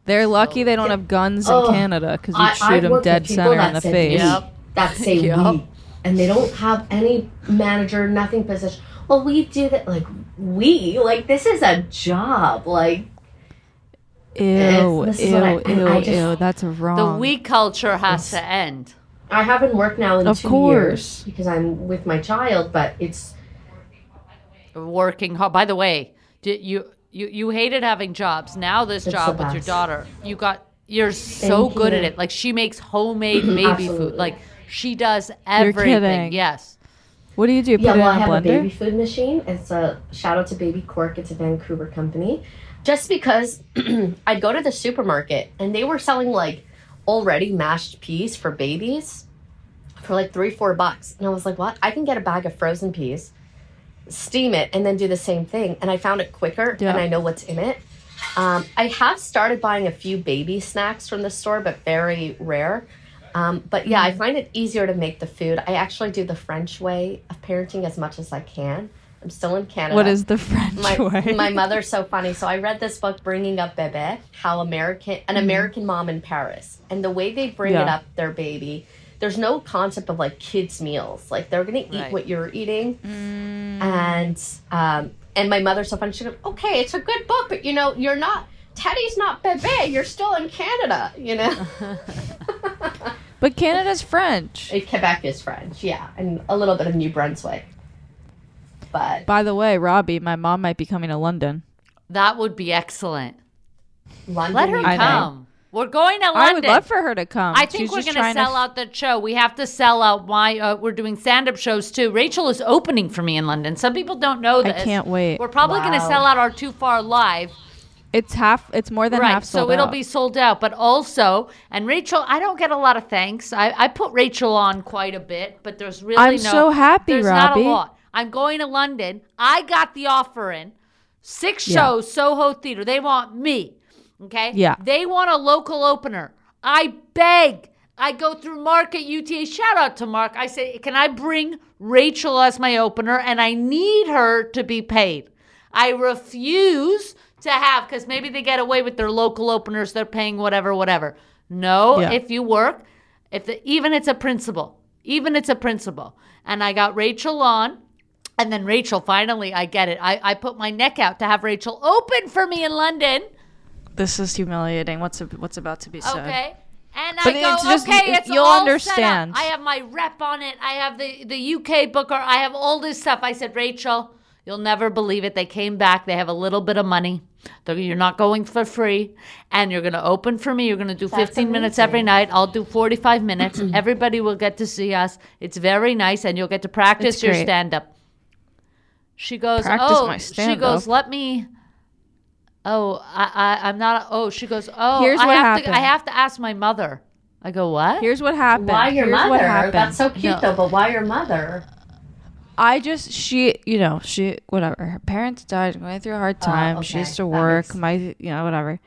C: They're lucky they don't have guns in
D: Oh,
C: Canada because
D: I-
C: you'd shoot
D: I've
C: them
D: worked
C: dead
D: with people
C: center
D: that
C: in the
D: said
C: face.
D: we,
B: Yep.
D: That say
B: Yep.
D: we, and they don't have any manager, nothing position. Well, we do that. Like we, like this is a job. Like
C: Ew,
D: This is
C: ew,
D: what I-
C: ew,
D: I just-
C: ew. That's
B: The
C: wrong.
B: we culture has to end.
D: I haven't worked now in
C: Of
D: two
C: course.
D: years because I'm with my child, but it's
B: working hard. By the way, did you you you hated having jobs. Now this
D: It's
B: job
D: the
B: with your
D: best.
B: daughter, you got you're so
D: Thank
B: good at
D: you.
B: it. Like she makes homemade baby food.
D: Absolutely.
B: Like she does everything.
C: kidding.
B: Yes.
C: what do you do? Put
D: yeah.
C: it in
D: Well, I
C: a
D: have a
C: blender?
D: baby food machine. It's a shout out to Baby Cork. It's a Vancouver company. Just because I'd go to the supermarket and they were selling like already mashed peas for babies. for like three, four bucks. And I was like, what? I can get a bag of frozen peas, steam it, and then do the same thing. And I found it quicker
C: Yeah.
D: and I know what's in it. Um, I have started buying a few baby snacks from the store, but very rare. Um, but yeah, I
C: Mm-hmm.
D: find it easier to make the food. I actually do the French way of parenting as much as I can. I'm still in Canada
C: What is the French
D: my,
C: way?
D: my mother's so funny. So I read this book, Bringing Up Bebe, how American
B: Mm-hmm.
D: an American mom in Paris, and the way they bring it
C: Yeah.
D: up their baby. There's no concept of like kids meals. Like they're gonna eat
B: Right. Mm.
D: what you're eating, and um, and my mother's so funny. She goes, "Okay, it's a good book, but you know you're not." Teddy's not Bebe. You're still in Canada, you know.
C: but Canada's French.
D: Quebec is French, yeah, and a little bit of New Brunswick. But
C: By the way, Robbie, my mom might be coming to London.
B: That would be excellent.
D: London,
B: Let her
C: I know.
B: come. We're going to London.
C: I would love for her to come.
B: I think
C: She's
B: we're
C: just
B: going to
C: trying f-
B: sell out the show. We have to sell out my. Uh, we're doing stand up shows too. Rachel is opening for me in London. Some people don't know
C: I
B: this.
C: can't wait.
B: We're probably going to
D: Wow.
B: sell out our Too Far Live.
C: It's half. It's more than half.
B: right so
C: sold
B: it'll
C: out.
B: be sold out but also and rachel i don't get a lot of thanks i, I put rachel on quite a bit but there's really
C: I'm
B: no
C: so happy,
B: there's
C: Robbie.
B: not a lot i'm going to london i got the offer in six
C: Yeah.
B: shows soho theater they want me okay
C: Yeah.
B: they want a local opener i beg I go through Mark at UTA. Shout out to Mark. I say, can I bring Rachel as my opener? And I need her to be paid. I refuse to have because maybe they get away with their local openers. They're paying whatever, whatever. No,
C: Yeah.
B: if you work, if the, even it's a principal, even it's a principle. And I got Rachel on. And then Rachel, finally, I get it. I, I put my neck out to have Rachel open for me in London.
C: This is humiliating. What's ab- what's about to be said?
B: Okay. And
C: But
B: I go,
C: it's just-
B: okay, it's
C: you'll
B: all
C: understand.
B: Set up. I have my rep on it. I have the, the UK booker. I have all this stuff. I said, Rachel, you'll never believe it. They came back. They have a little bit of money. They're, you're not going for free. And you're going to open for me. You're going to do 15 minutes every night. I'll do 45 minutes. Everybody will get to see us. It's very nice. And you'll get to practice
C: That's
B: your
C: great.
B: stand up. She goes,
C: Practice
B: oh,
C: my
B: she
C: stand-up.
B: goes, let me. Oh, I, I, I'm not. Oh, she goes. Oh,
C: Here's
B: I
C: what
B: have To, I
C: happened.
B: have to ask my mother. I go. What?
C: Here's what happened.
D: Why your
C: Here's What
D: mother?
C: happened.
D: That's so
B: No.
D: cute though. But why your mother?
C: I just she you know she whatever her parents died going through a hard time she
D: Oh, okay.
C: used to
D: That
C: work
D: makes-
C: my you know whatever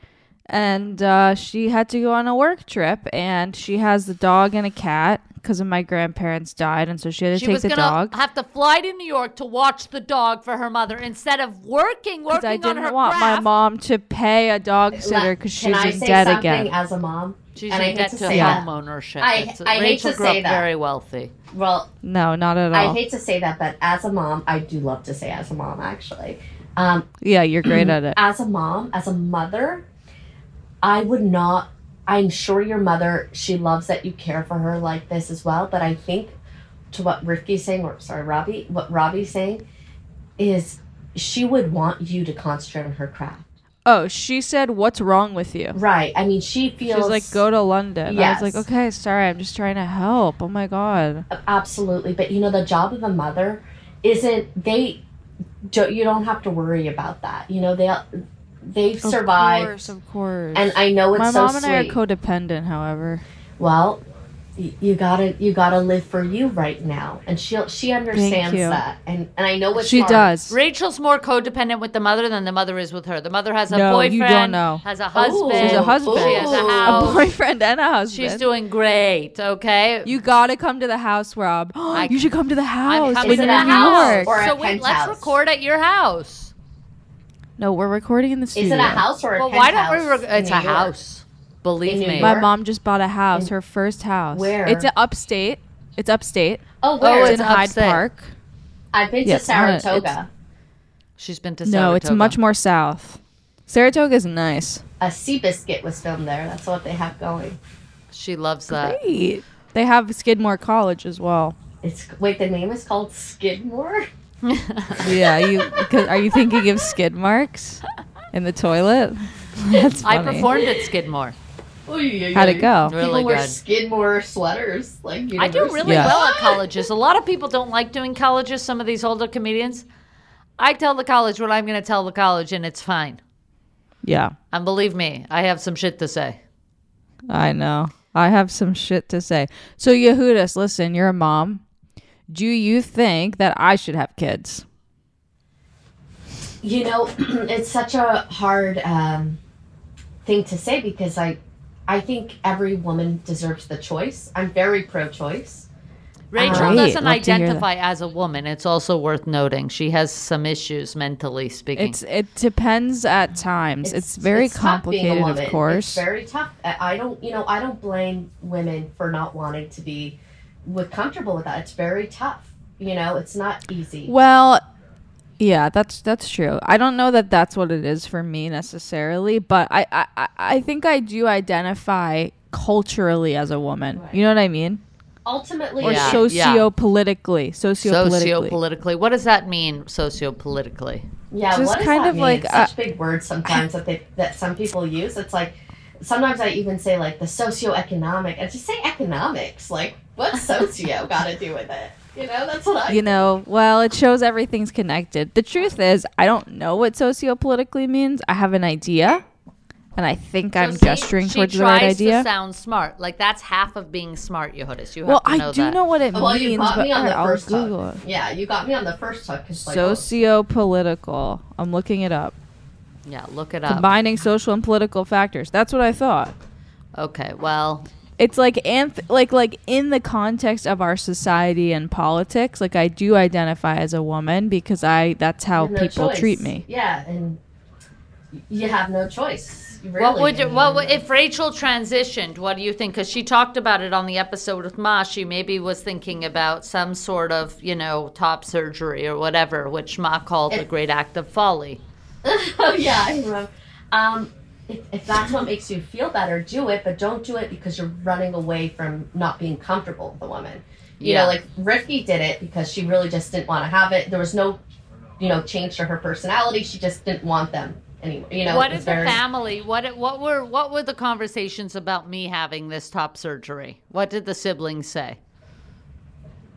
C: and uh, she had to go on a work trip and she has the dog and a cat because of my grandparents died and so she had to
B: she
C: take
B: was
C: the
B: gonna
C: dog
B: have to fly to New York to watch the dog for her mother instead of working, working
C: because I
B: on her
C: didn't want my
B: craft.
C: mom to pay a dog sitter
D: Let-
C: because
D: Can
C: she's
D: I
C: in
D: say
C: debt
D: something
C: again
D: as a mom?
B: She's
D: And I
B: in
D: hate
B: debt
D: to
B: to
D: say
B: home
D: that.
B: ownership.
D: I-
B: It's-
D: I hate
B: Rachel
D: to
B: grew
D: say
B: up
D: that.
B: very wealthy.
D: Well,
C: no not at all
D: I hate to say that, but as a mom, I do love to say as a mom actually. Um,
C: yeah you're great at it
D: as a mom, as a mother, I would not. I'm sure your mother, she loves that you care for her like this as well. But I think to what Ricky's saying, or sorry, Robbie, what Robbie's saying is she would want you to concentrate on her craft.
C: oh she said what's wrong with you
D: Right. I mean, she
C: she
D: feels
C: was like go to London I was
D: Yes.
C: like okay sorry I'm just trying to help oh my god
D: absolutely. But you know, the job of a mother isn't they. Don't, you don't have to worry about that. You know, they they've survived,
C: Of course, of course.
D: and I know it's
C: my
D: so
C: mom and
D: sweet.
C: I are codependent, however.
D: well y- you gotta you gotta live for you right now and she'll she understands
C: you.
D: that and and i know what
C: she does.
B: Rachel's more codependent with the mother than the mother is with her. The mother has a
C: No,
B: boyfriend.
C: you don't know.
B: Has a husband.
C: She's a husband.
B: She has a
D: Ooh.
B: house.
C: A boyfriend and a husband.
B: She's doing great. Okay.
C: you gotta come to the house, Rob. you should come to the house
B: coming
C: when
D: to
C: you're
D: the
C: in
D: house.
C: New
D: Or-
C: York.
B: so
D: a
B: wait, let's
D: penthouse.
B: record at your house.
C: No, we're recording in the
D: is
C: studio.
D: it a house or a
B: Well, why don't we?
D: penthouse
B: Rec- it's
D: in
B: a
D: New York?
B: house. Believe
D: In New
B: me.
D: York?
C: My mom just bought a house, her first house.
D: Where?
C: It's a upstate. It's upstate.
D: oh
B: Oh,
D: where
C: it's
B: it's
C: in Hyde
B: upstate.
C: Park.
D: i've been
C: Yes,
D: to
C: I know it.
D: saratoga
B: She's been to
C: No, it's
B: Saratoga.
C: much more south. Saratoga's nice.
D: a sea biscuit was filmed there that's what they have going
B: She loves uh, that.
C: Great. They have Skidmore College as well.
D: it's wait the name is called skidmore
C: yeah, you. Cause are you thinking of skid marks in the toilet? That's
B: I
C: funny.
B: performed at Skidmore.
C: How'd it go?
D: people
B: Really
D: wear
B: good.
D: skidmore sweaters like
B: I do really
C: Yeah.
B: well at colleges. A lot of people don't like doing colleges. Some of these older comedians. I tell the college what I'm going to tell the college, and it's fine.
C: Yeah,
B: And believe me, I have some shit to say.
C: I know. I have some shit to say. So Yehudas, listen, you're a mom. Do you think that I should have kids?
D: you know it's such a hard um, thing to say because i i think every woman deserves the choice i'm very pro-choice
B: Rachel
C: Great.
B: doesn't
C: Love to hear that.
B: identify as a woman. It's also worth noting she has some issues mentally speaking.
C: It's it depends at times. It's, very
D: tough being a
C: complicated,
D: woman.
C: of course.
D: It's very tough. I I don't, you know, I don't blame women for not wanting to be with comfortable with that. It's very tough. You know, it's not easy.
C: Well, yeah, that's that's true. I don't know that that's what it is for me necessarily, but I I, I- I think I do identify culturally as a woman. You know what I mean?
D: Ultimately,
C: Or
B: Yeah, yeah.
C: sociopolitically, sociopolitically.
B: Sociopolitically. What does that mean, sociopolitically?
D: yeah.
C: just
D: what does
C: kind
D: that
C: of
D: mean?
C: like, uh,
D: It's such big words sometimes that they, that some people use. It's like sometimes I even say like the socioeconomic. I just say economics. Like what's socio got to do with it? You know, that's what I.
C: you know, well, it shows everything's connected. The truth is, I don't know what sociopolitically means. I have an idea, and I think I'm
B: So she-
C: gesturing
B: she
C: towards the
B: tries
C: right idea.
B: To sound smart, like that's half of being smart, Yehudas. You have
C: well,
B: to know
C: I do
B: that.
C: know what it
D: well,
C: means,
D: you got
C: but
D: me on the
C: I'll
D: first
C: Google
D: hook.
C: it.
D: Yeah, you got me on the first hook. 'cause, like, oh,
C: Sociopolitical. I'm looking it up.
B: Yeah, look it up.
C: Combining social and political factors. That's what I thought.
B: Okay, well,
C: It's like anth- like like in the context of our society and politics, like I do identify as a woman because I that's how
D: no
C: people
D: choice.
C: treat me.
D: Yeah, and you have no choice. Really.
B: What would
D: I
B: you,
D: mean,
B: what would- if Rachel transitioned? What do you think? Because she talked about it on the episode with Ma. She maybe was thinking about some sort of you know top surgery or whatever, which Ma called the great act of folly.
D: oh yeah, I remember. Um, if, if that's what makes you feel better, do it, but don't do it because you're running away from not being comfortable with the woman. You
B: Yeah.
D: know, like Ricky did it because she really just didn't want to have it. There was no, you know, change to her personality. She just didn't want them anymore. You know,
B: what
D: it was
B: did the
D: very-
B: family? What what were what were the conversations about me having this top surgery? What did the siblings say?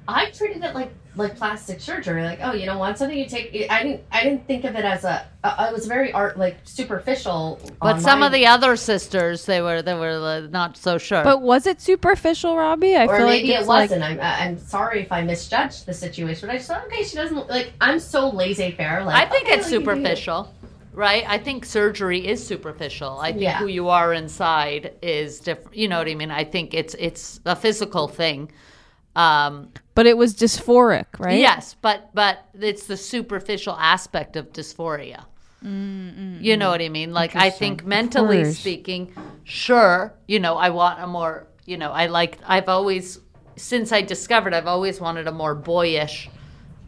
D: I treated it like like plastic surgery. Like, oh, you don't want something you take. it- I didn't. I didn't think of it as a. I I was very art like superficial.
B: But
D: on
B: some
D: my-
B: of the other sisters, they were they were uh, not so sure.
C: But was it superficial, Robbie? I
D: or
C: feel
D: maybe
C: like
D: it
C: it's like
D: wasn't. I'm I'm sorry if I misjudged the situation. But I just thought, okay, she doesn't like. I'm so laissez faire. Like,
B: I think
D: okay,
B: it's
D: well, you can do it.
B: superficial, right? I think surgery is superficial. I think
D: Yeah.
B: who you are inside is different. You know what I mean? I think it's it's a physical thing. Um,
C: but it was dysphoric, right?
B: Yes, but but it's the superficial aspect of dysphoria. You know what I mean? Like I think mentally
C: course.
B: speaking, sure, you know, I want a more, you know, I like I've always since I discovered I've always wanted a more boyish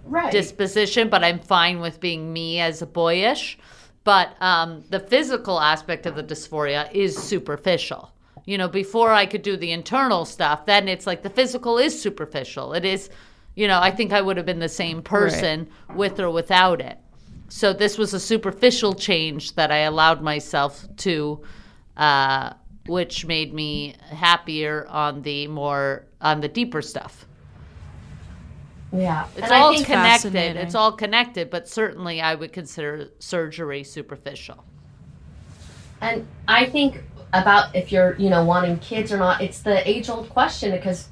D: Right.
B: disposition, but I'm fine with being me as a boyish. But um, the physical aspect of the dysphoria is superficial. You know, before I could do the internal stuff, then it's like the physical is superficial. It is, you know, I think I would have been the same person with or without it. So this was a superficial change that I allowed myself to, uh, which made me happier on the more on the deeper stuff.
D: yeah.
B: It's all
D: I think,
B: connected.
C: Fascinating.
B: It's all connected, but certainly I would consider surgery superficial.
D: and I think about if you're you know wanting kids or not. It's the age old question because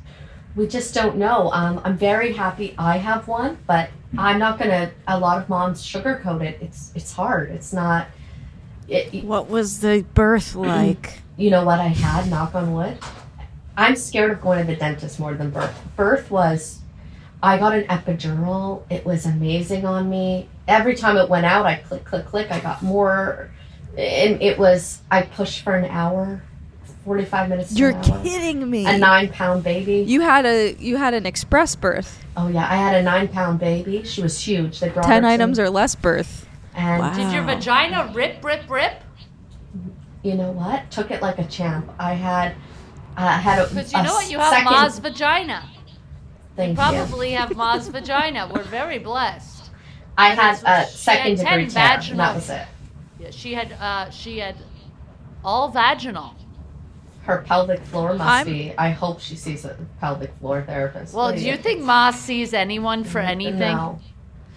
D: we just don't know. Um, I'm very happy I have one, but I'm not gonna. A lot of moms sugarcoat it. It's it's hard. It's not. It,
E: What was the birth like?
D: you know what I had, knock on wood? I'm scared of going to the dentist more than birth. Birth was, I got an epidural. It was amazing on me. Every time it went out, I click, click, click. I got more. And it was, I pushed for an hour, 45 minutes. to
E: You're
D: an hour.
E: kidding me.
D: A nine pound baby.
C: You had a you had an express birth,
D: oh, yeah. I had a nine pound baby. She was huge. They brought
C: ten
D: her to-
C: items or less birth.
D: And
E: Wow.
B: Did your
E: Wow.
B: vagina rip, rip, rip?
D: you know what? Took it like a champ. I had. I had a,
B: Because you
D: a
B: know what? You have
D: second-
B: Ma's vagina.
D: Thank you.
B: Probably have Ma's vagina. We're very blessed.
D: I
B: And
D: had
B: this
D: a
B: was- she had
D: second
B: 10
D: degree tear.
B: vaginal-
D: and That was it.
B: Yeah, she had uh, she had all vaginal.
D: Her pelvic floor must
C: I'm-
D: be. I hope she sees a pelvic floor therapist.
B: Well, do you think Ma sees anyone for anything?
D: No.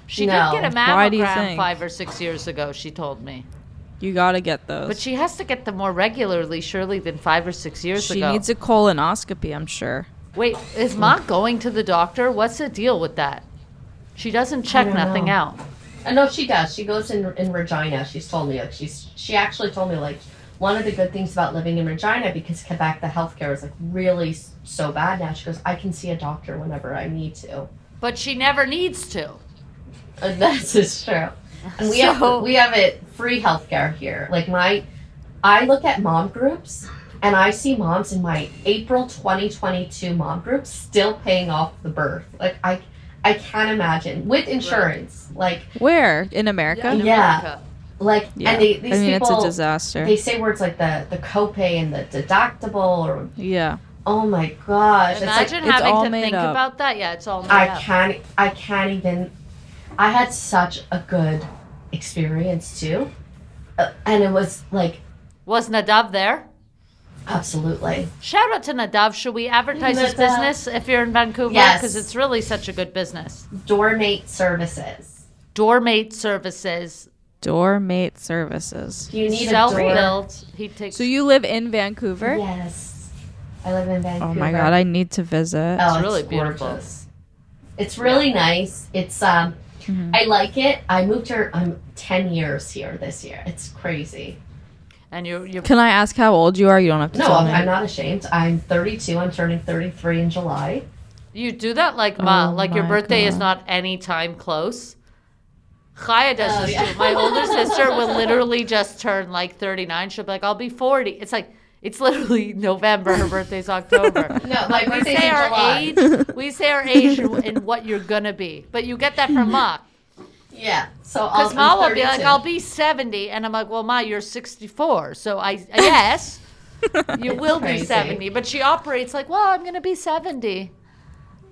B: She
D: No.
B: did get a
C: Why do you
B: mammogram
C: think?
B: five or six years ago. She told me,
C: You gotta get those.
B: but she has to get them more regularly, surely, than five or six years
C: She
B: ago.
C: needs a colonoscopy, I'm sure.
B: Wait, is Ma going to the doctor? What's the deal with that? She doesn't check
D: don't
B: nothing
D: know.
B: out.
D: Uh, no, she does. She goes in in Regina. She's told me like she's she actually told me like one of the good things about living in Regina because Quebec the healthcare is like really s- so bad now. She goes, I can see a doctor whenever I need to.
B: But she never needs to.
D: And This is true. And we
B: So-
D: have we have it free healthcare here. Like my, I look at mom groups and I see moms in my April 2022 mom group still paying off the birth. Like I, I can't imagine with insurance.
C: Where in America?
B: in
D: Yeah.
B: America.
D: Like like
C: Yeah.
D: and they, these
C: I mean,
D: people
C: it's a disaster.
D: they say words like the the copay and the deductible or
C: yeah,
D: oh my gosh. It's like
B: Imagine
C: it's
B: having
C: all
B: to
C: made
B: think
C: up.
B: about that. Yeah, it's all made
D: I
B: up.
D: can't I can't even I had such a good experience too. Uh, and it was like
B: Was Nadav there?
D: absolutely.
B: Shout out to Nadav. Should we advertise his
D: Nadav.
B: business if you're in Vancouver?
D: Yes.
B: Because it's really such a good business.
D: Doormate services.
B: Doormate services,
C: doormate services.
D: Do you need
B: self
D: a door?
B: built. He takes.
C: So you live in Vancouver?
D: Yes. I live in Vancouver.
C: Oh my god, I need to visit.
D: Oh,
B: It's really beautiful.
D: gorgeous. It's really nice. It's um
C: Mm-hmm.
D: I like it. I moved here I'm 10 years here this year. It's crazy.
B: and you you
C: Can I ask how old you are? You don't have to
D: No,
C: tell
D: I'm,
C: me.
D: I'm not ashamed. I'm 32. I'm turning 33 in July.
B: you do that like ma
C: Oh
B: like your
C: my
B: birthday is
C: God.
B: not any time close. Chaya
D: Oh,
B: does this too. My older sister will literally just turn like 39. She'll be like, I'll be 40. It's like, it's literally November. Her birthday's October.
D: No, my
B: we
D: birthday's
B: say
D: in
B: our
D: July.
B: age. We say our age and, and what you're gonna be. But you get that from Ma.
D: Yeah. So I'll
B: Because
D: I'm
B: Ma will be like,
D: 32.
B: I'll be 70. And I'm like, well, Ma, you're 64. So I, yes, you will be
D: crazy.
B: 70. But she operates like, well, I'm going to be 70.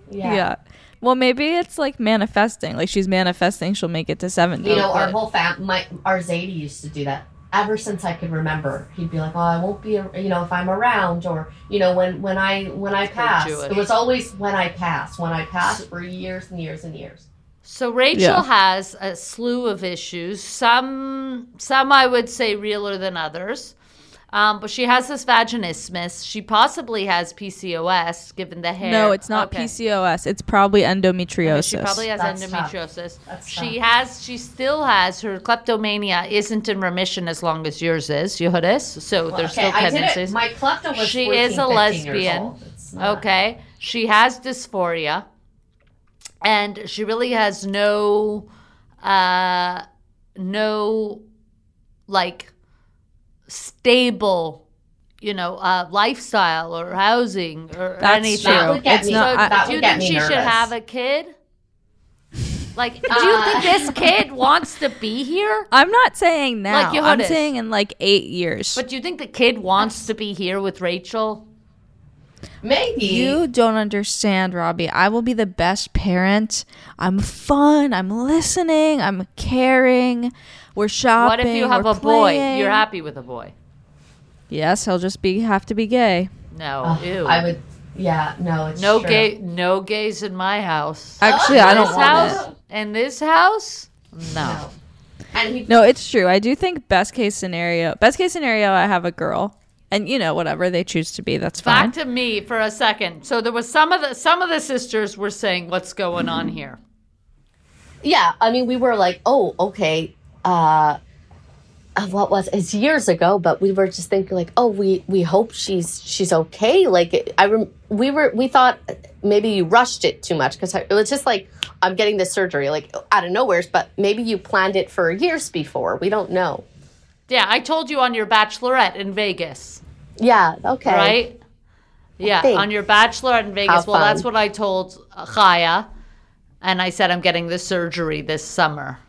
D: Yeah.
C: Yeah. Well, maybe it's like manifesting. Like she's manifesting, she'll make it to 70.
D: You know, our
C: but-
D: whole fam, my our Zadie used to do that. Ever since I could remember, he'd be like, "Oh, I won't be, a- you know, if I'm around, or you know, when when I when I
B: pretty
D: pass."
B: Jewish.
D: It was always when I pass, when I pass for years and years and years.
B: So Rachel
C: Yeah.
B: has a slew of issues. Some, some I would say realer than others. Um, but she has this vaginismus. She possibly has PCOS, given the hair.
C: no, it's not
B: Okay.
C: PCOS. It's probably endometriosis.
B: I mean, She probably has
D: That's tough.
B: endometriosis.
D: That's
B: she has. She still has her kleptomania. Isn't in remission as long as yours is, Yohadis. So
D: Well,
B: there's
D: okay,
B: still
D: I did it.
B: tendencies.
D: My klepto was
B: She
D: 14,
B: is a
D: 15 years
B: lesbian.
D: old. It's not-
B: Okay, she has dysphoria, and she really has no, uh, no, like stable. You know, uh, lifestyle or housing or
C: That's
B: anything.
D: That would get
C: It's
D: me.
C: not- I-
D: that
B: do
D: would
B: you
D: get
B: think
D: me
B: she should
D: nervous.
B: have a kid? Like, uh, do you think this kid wants to be here?
C: I'm not saying now.
B: Like
C: I'm
B: Yohannes.
C: saying in like eight years.
B: But do you think the kid wants to be here with Rachel?
D: Maybe
C: You don't understand, Robbie. I will be the best parent. I'm fun. I'm listening. I'm caring. We're
B: What
C: shopping.
B: if you have
C: we're
B: a boy?
C: playing.
B: You're happy with a boy?
C: Yes, he'll just be have to be gay.
B: No,
D: Ugh,
B: ew.
D: I would. Yeah. No. It's
B: no
D: true.
B: gay, no gays in my house.
C: Actually, I
B: Oh, this
C: don't want
B: house
C: it.
B: and this house. No.
D: No. And he
C: No, it's true. I do think best case scenario. Best case scenario, I have a girl, and you know whatever they choose to be, that's fine.
B: Back to me for a second. So there was some of the some of the sisters were saying, "What's going on here?"
D: yeah i mean we were like oh okay uh uh, what was it's years ago but we were just thinking like oh we we hope she's she's okay like i rem- we were we thought maybe you rushed it too much because it was just like i'm getting this surgery like out of nowheres but maybe you planned it for years before we don't know
B: Yeah, I told you on your bachelorette in Vegas.
D: yeah okay
B: right? Yeah,
D: think.
B: on your bachelor in Vegas.
D: How
B: well, that's
D: fun.
B: what I told uh, Chaya, and I said I'm getting the surgery this summer.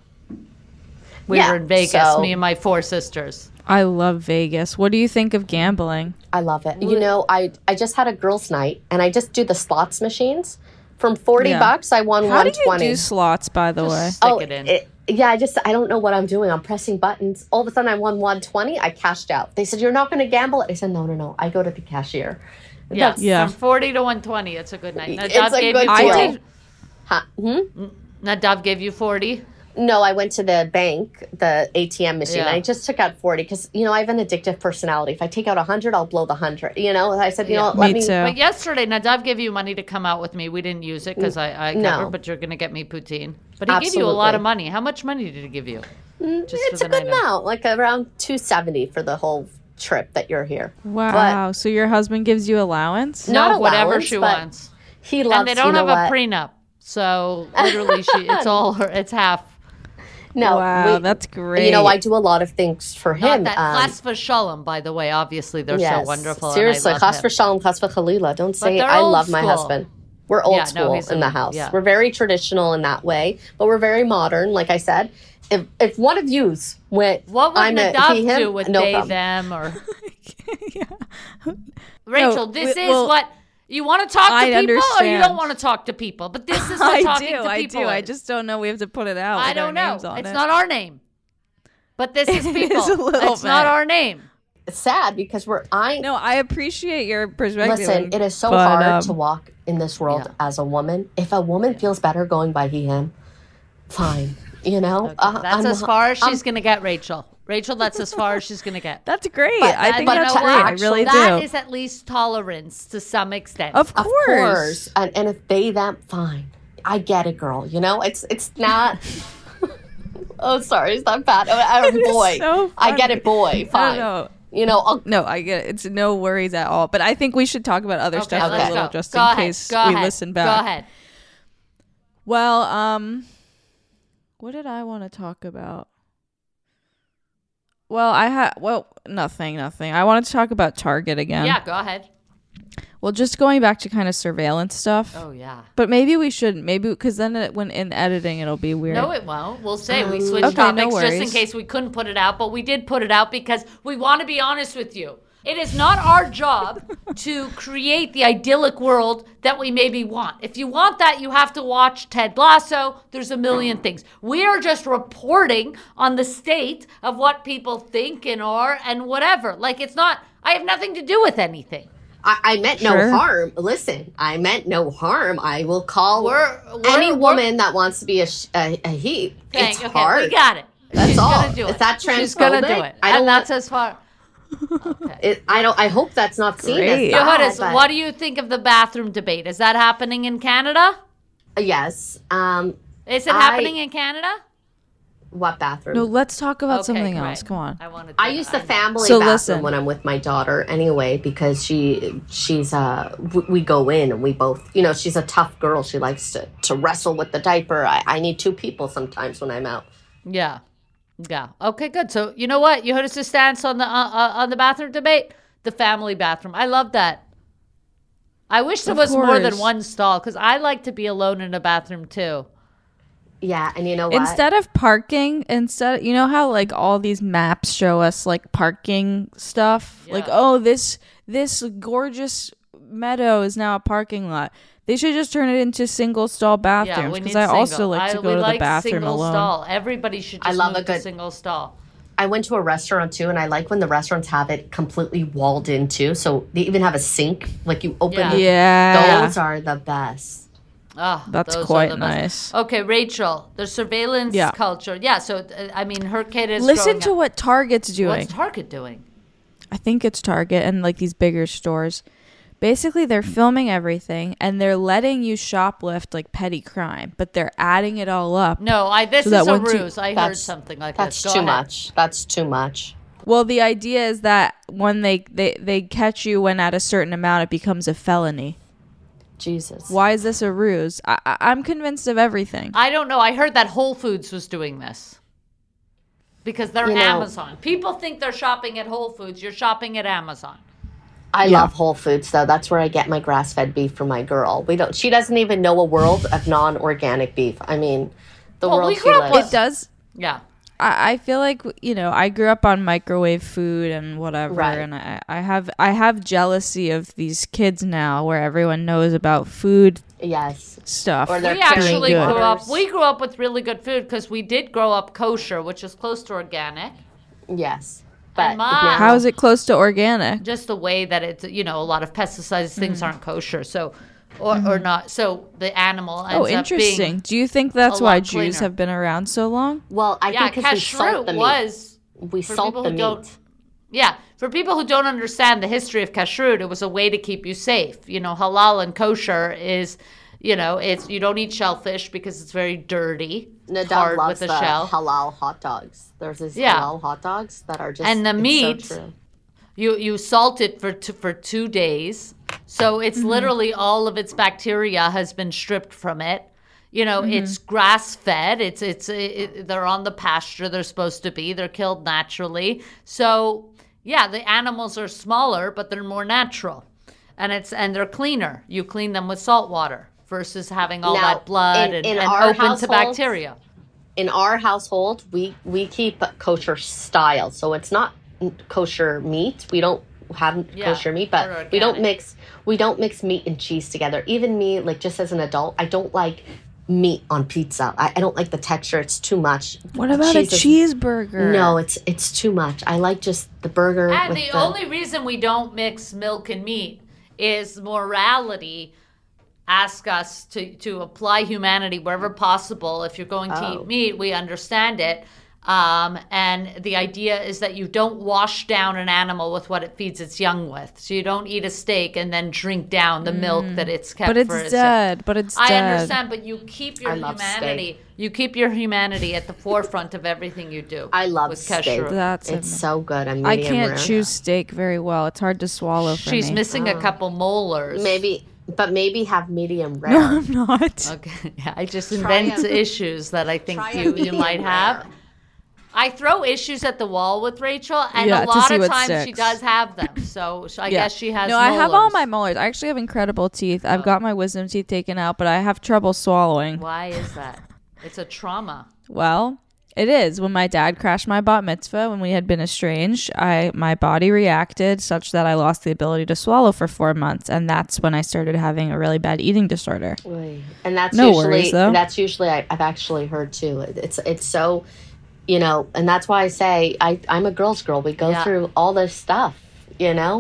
B: We
D: Yeah,
B: were in Vegas,
D: so-
B: me and my four sisters.
C: I love Vegas. What do you think of gambling?
D: I love it. You know, I I just had a girls' night and I just do the slots machines. From forty
C: Yeah.
D: bucks, I won
C: How
D: one
C: do you
D: twenty.
C: do slots, by the way?
B: Stick
D: Oh,
B: it in.
D: yeah, I just I don't know what I'm doing. I'm pressing buttons. All of a sudden, I won 120. I cashed out. They said you're not going to gamble. I said no, no, no. I go to the cashier.
B: yeah,
C: Yeah.
B: from 40 to 120. It's a good night.
D: It's
B: Nadav
D: a
B: gave
D: good
B: you
D: deal.
B: 40.
C: I did.
D: Huh? Hmm?
B: Nadav gave you 40.
D: No, I went to the bank, the ATM machine.
B: Yeah.
D: I just took out 40 because you know I have an addictive personality. If I take out 100, I'll blow the 100. You know, I said you know
B: Yeah.
D: what, let
C: Me
D: me.
C: too.
B: But yesterday, Nadav gave you money to come out with me. We didn't use it because I, I
D: No.
B: covered, but you're going to get me poutine. But he gave you a lot
D: Absolutely.
B: of money. How much money did he give you?
D: Mm,
B: Just
D: it's
B: for
D: a
B: the
D: good
B: night out.
D: amount, like around 270 for the whole trip that you're here.
C: Wow. so your husband gives you allowance?
D: Not
B: no, whatever
D: allowance,
B: she
D: but
B: wants.
D: He loves.
B: and they don't
D: you know
B: have a
D: what?
B: prenup. So literally, she it's all her. It's half.
D: No,
C: wow,
D: we-
C: that's great.
D: You know, I do a lot of things for
B: Not
D: him.
B: that
D: um,
B: chas v'shalom, by the way. Obviously, they're so wonderful. and I
D: Seriously,
B: love
D: Chas
B: him.
D: v'shalom, Chas v'chalila. Don't say
B: they're
D: I
B: old
D: love my
B: school.
D: husband. We're old
B: Yeah, no,
D: school
B: he's
D: in the
B: old,
D: house.
B: yeah.
D: We're very traditional in that way, but we're very modern. Like I said, if if one of yous went,
B: What would
D: I'm a
B: Nadav
D: he, him,
B: do with
D: no
B: they
D: problem.
B: them or
C: yeah.
B: Rachel?
C: No,
B: this
C: we-
B: is
C: well,
B: what you want to talk to
C: I
B: people, or you don't
C: understand.
B: want to talk to people. But this is what
C: I
B: talking
C: do.
B: to
C: I
B: people.
C: do. I
B: is.
C: just don't know. We have to put it out.
B: I
C: with
B: don't
C: our
B: know.
C: names on
B: It's
C: it.
B: not our name, but this is
C: It
B: people.
C: is a little
B: it's not
C: bit.
B: our name.
D: It's sad because we're I
C: No, I appreciate your perspective.
D: listen. It is so
C: but,
D: hard
C: um,
D: to walk in this world
B: Yeah.
D: as a woman. If a woman feels better going by he him, fine. You know, Uh,
B: That's
D: I'm
B: as
D: not-
B: far as she's gonna get, Rachel. Rachel, that's as far as she's gonna get.
C: That's great.
D: But
C: I
D: that-
C: think
D: but
C: that's
D: to
C: great. I
D: actually-
C: really
B: That
C: do.
B: is at least tolerance to some extent.
C: of
D: Of
C: course.
D: course. And, and if they them fine. I get it, girl. You know, it's it's not. oh, sorry, it's not bad. I, I,
C: is
D: boy,
C: so
D: I get it, boy. Fine.
C: no.
D: You know, I'll,
C: No, I get it. It's no worries at all. But I think we should talk about other stuff
D: let's
C: a little
B: go.
C: just
B: Go
C: in
B: ahead.
C: case
B: Go
C: we
B: ahead.
C: listen back.
B: Go ahead.
C: Well, um What did I want to talk about? Well, I had well nothing, nothing. I wanted to talk about Target again.
B: yeah, go ahead.
C: Well, just going back to kind of surveillance stuff.
B: Oh yeah.
C: But maybe we shouldn't. Maybe because then it, when in editing, it'll be weird.
B: No, it won't. We'll say we switched
C: Oh. okay, no
B: topics just in
C: worries.
B: case we couldn't put it out, but we did put it out because we want to be honest with you. It is not our job to create the idyllic world that we maybe want. If you want that, you have to watch Ted Lasso. There's a million things. We are just reporting on the state of what people think and are and whatever. Like, it's not, I have nothing to do with anything.
D: I, I meant
C: Sure.
D: no harm. Listen, I meant no harm. I will call
B: We're- we're-
D: any
B: we're-
D: woman that wants to be a, sh- a, a he.
B: Thank-
D: it's
B: okay,
D: hard.
B: we got it.
D: That's
B: She's
D: all.
B: Gonna do
D: Is
B: it.
D: that
B: She's gonna do
D: transphobic?
B: it.
D: I don't
B: and
D: want-
B: that's as far.
D: It, I don't. I hope that's not seen
C: Great.
D: as bad,
B: Johannes,
D: Oh, but-
B: what do you think of the bathroom debate? Is that happening in Canada?
D: Yes. Um.
B: Is it
D: I-
B: happening in Canada?
D: What bathroom?
C: No, let's talk about
B: Okay,
C: something
B: great.
C: else. Come on.
B: I want to.
D: I use the family
C: So
D: bathroom
C: listen.
D: when I'm with my daughter anyway because she she's uh w- we go in and we both you know she's a tough girl she likes to to wrestle with the diaper I, I need two people sometimes when I'm out
B: Yeah, yeah. Okay, good. So you know what? Johannes' stance on the uh, uh, on the bathroom debate, the family bathroom. I love that. I wish there
C: Of
B: was more than
C: course.
B: one stall because I like to be alone in a bathroom too.
D: yeah and you know what
C: Instead of parking, instead you know how like all these maps show us like parking stuff, like oh this this gorgeous meadow is now a parking lot. They should just turn it into single stall
B: Yeah,
C: bathrooms
B: we
C: because
B: need
C: I also
B: single.
C: like to
B: I-
C: go
B: we
C: to
B: like
C: the bathroom
B: single
C: alone.
B: Stall. Everybody should. Just
D: I love
B: move
D: a
B: to
D: good-
B: single stall.
D: I went to a restaurant too and I like when the restaurants have it completely walled in too so they even have a sink like you open
B: Yeah.
D: the-
C: Yeah,
D: those are the best
B: Oh,
C: That's
B: those are
C: quite
B: the
C: nice.
B: best. Okay, Rachel, the surveillance
C: Yeah.
B: culture. Yeah, so uh, I mean, her kid is.
C: Listen
B: growing
C: to
B: up.
C: what Target's doing.
B: what's Target doing.
C: I think it's Target and like these bigger stores. Basically, they're filming everything and they're letting you shoplift like petty crime, but they're adding it all up.
B: No, I this
C: So
B: is
C: that
B: a
C: once you-
B: ruse. I heard
D: that's-
B: something like
D: that's
B: this. Go
D: too
B: ahead.
D: much that's too much
C: Well, the idea is that when they, they they catch you when at a certain amount, it becomes a felony.
D: Jesus
C: Why is this a ruse? I, I, I'm convinced of everything.
B: I don't know. I heard that Whole Foods was doing this because they're
D: You know-
B: Amazon. People think they're shopping at Whole Foods. You're shopping at Amazon.
D: I love Whole Foods though. That's where I get my grass-fed beef for my girl. We don't. She doesn't even know a world of non-organic beef. I mean, the
B: Well,
D: world
B: we
D: she
B: grew up
D: lives.
C: It does.
B: Yeah.
C: I, I feel like you know I grew up on microwave food and whatever,
D: Right.
C: and I, I have I have jealousy of these kids now where everyone knows about food
D: yes,
C: stuff.
D: Or they're
B: we
D: very
B: actually
C: good.
B: grew up. We grew up with really good food because we did grow up kosher, which is close to organic.
D: yes. But
B: my-
D: now-
C: How is it close to organic?
B: just the way that it's you know a lot of pesticides things
D: Mm-hmm.
B: aren't kosher so or, or not so the animal ends
C: Oh,
B: up being
C: interesting. Do you think that's why
B: lot
C: Jews
B: cleaner.
C: have been around so long?
D: well, I
B: yeah
D: think because we salt the
B: kashrut
D: meat.
B: was
D: we
B: for
D: salt
B: people
D: the
B: who
D: meat.
B: don't yeah for people who don't understand the history of kashrut it was a way to keep you safe you know halal and kosher is you know it's you don't eat shellfish because it's very dirty it's
D: Nadav
B: hard
D: loves
B: with the
D: the
B: shell
D: halal hot dogs. There's these
B: Yeah.
D: halal hot dogs that are just
B: And the
D: it's
B: meat-
D: so true.
B: You you salt it for two, for two days, so it's
D: Mm-hmm.
B: literally all of its bacteria has been stripped from it. You know,
D: Mm-hmm.
B: it's grass fed. It's it's it, they're on the pasture they're supposed to be. They're killed naturally. So yeah, the animals are smaller, but they're more natural, and it's and they're cleaner. You clean them with salt water versus having all
D: Now,
B: that blood
D: in-
B: and,
D: in
B: and
D: our
B: open to
D: households-
B: bacteria.
D: in our household we we keep kosher style so it's not kosher meat we don't have
B: Yeah,
D: kosher meat
B: or
D: but we don't
B: organic.
D: mix we don't mix meat and cheese together even me like just as an adult i don't like meat on pizza i, I don't like the texture it's too much
C: What about
D: is-
C: a cheeseburger?
D: no it's it's too much i like just the burger
B: And
D: with
B: the only reason we don't mix milk and meat is morality asks us to, to apply humanity wherever possible. If you're going to
D: Oh.
B: eat meat, we understand it. Um, and the idea is that you don't wash down an animal with what it feeds its young with. So you don't eat a steak and then drink down the milk
D: Mm.
B: that it's kept
C: But
B: for
C: it's
B: its
C: dead. But it's
B: I
C: dead.
B: understand, but you keep your
D: I love steak.
B: humanity. You keep your humanity at the forefront of everything you do.
D: i love
B: with
D: steak
B: kashrut.
C: That's
D: it's
C: a-
D: so good i'm
C: I
D: medium
C: can't
D: rare.
C: choose steak very well. It's hard to swallow for
B: She's
C: me.
B: missing a couple molars.
D: Oh. maybe but maybe have medium rare.
C: No, I'm not.
B: Okay. Yeah, I just
D: Try
B: invent
D: and-
B: issues that I think
D: Try a
B: you, you
D: medium
B: might have.
D: rare.
B: I throw issues at the wall with Rachel, and
C: Yeah,
B: a
C: to
B: lot
C: see
B: of
C: what
B: times she
C: sticks.
B: does have them. So, so I
C: Yeah.
B: guess she has.
C: No, I have all my molars.
B: molars. Oh.
C: I actually have incredible teeth. I've got my wisdom teeth taken out, but I have trouble swallowing.
B: Why is that? It's a trauma.
C: Well, it is. When my dad crashed my bat mitzvah when we had been estranged, I my body reacted such that I lost the ability to swallow for four months, and that's when I started having a really bad eating disorder.
D: and that's
C: No
D: usually
C: worries, though.
D: that's usually I, I've actually heard too. It's it's so, you know, and that's why I say I I'm a girl's girl. We go
B: Yeah.
D: through all this stuff, you know.